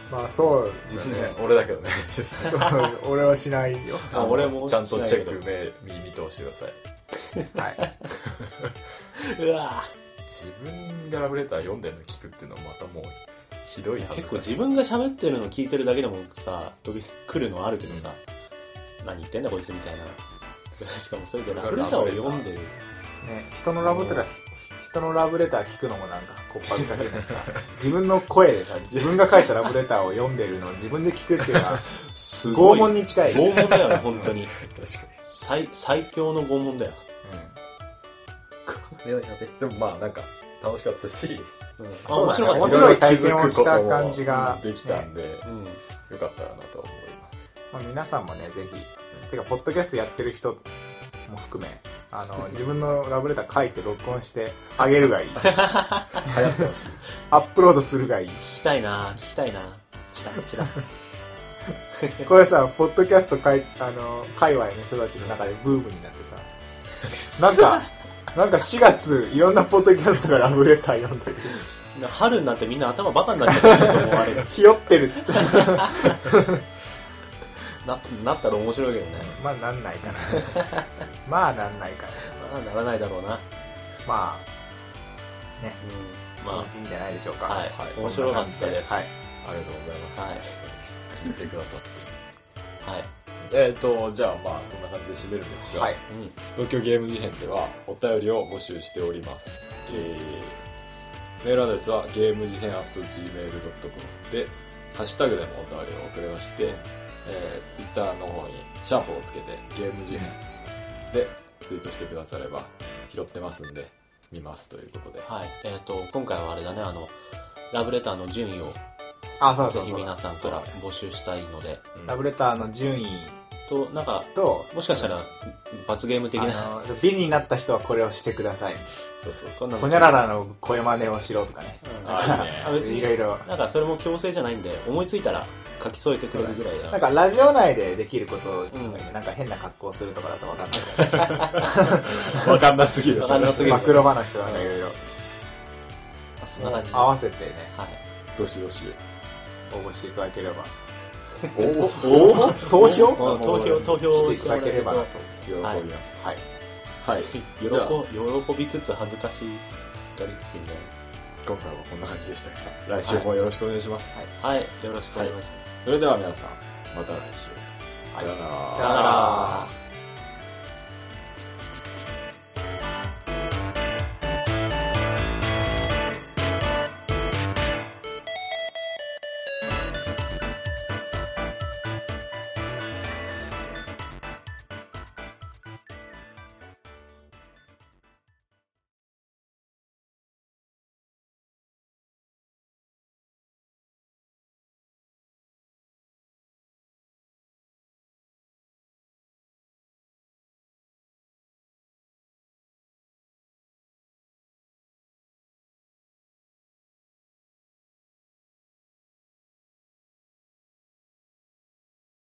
まあそうだ ね俺だけどねそう俺はしないよ。あ俺もちゃんとチェッしク目耳通してくださいはい。うわ自分がラブレター読んでるの聞くっていうのはまたもうひどい恥結ずかし構自い分が喋ってるの聞いてるだけでもさ飛び来るのはあるけどさ、何言ってんだこいつみたいな しかもそれでラブレターを読んでるね、人のラブレター、人のラブレター聞くのもなんか、こっぱずかしいじゃない ですか。自分の声でさ、自分が書いたラブレターを読んでるのを自分で聞くっていうのは、すご拷い問に近い。拷問だよね本当に確か最最強の拷問だよ、にでもまあなんか楽しかったしあそうだね面白かった面白い体験をした感じができたんで、うんよかったらなと思いますまあ、皆さんもね、ぜひ。てか、ポッドキャストやってる人も含め、あの、自分のラブレター書いて録音してあげる がいい。流行ってほしいアップロードするがいい。聞きたいな聞きたいなチラチラこれさ、ポッドキャストかい、あの、界隈の人たちの中でブームになってさ、なん か、なんか4月、いろんなポッドキャストがラブレター読んでる。春になってみんな頭バカになっちゃったと思われるひよってるっつ って。なな ったら面白いけどねまあなんないかな。まあなんないかな。まあならないだろうな、まうん、あ、まいいんじゃないでしょうか。あははい、い面白かったですこありがとうございんな感ました、はい聞いてくださっはい、てえっ、とじゃあまあそんな感じで締めるんですじでが、はい。はい。うん、東京ゲーム事変ではお便りを募集しております、えーメールアドレスはゲーム事変アップ gmail.com でハッシュタグでもお便りを送れまして、えー、Twitter の方にシャープをつけてゲーム事変でツイートしてくだされば拾ってますんで見ますということではいえっ、と今回はあれだねあのラブレターの順位をあ、そうそぜうひそう皆さんから募集したいのでうんラブレターの順位と、なんか、と、もしかしたら、罰ゲーム的あな。の、ビリになった人はこれをしてください。そう そう、そんなほにゃららの声真似をしろとかね。うんあーいいね あ別にいろいろ。なんかそれも強制じゃないんで、思いついたら書き添えてくれるぐらいだ。なんかラジオ内でできることとかうんなんか変な格好をするとかだと分かんないからわかんなすぎるわかんなすぎる暴露話となんかいろいろそんな感じで。合はわせてねい。どしどし応募していただければおお応募投票うん投票、投票していただければなと喜びますはいはい喜じゃあ喜びつつ恥ずかしいがりつつみたい今回はこんな感じでしたから来週もよろしくお願いします、なはい、よろしくお願いします。それでは皆さんまた来週、さようならさよなら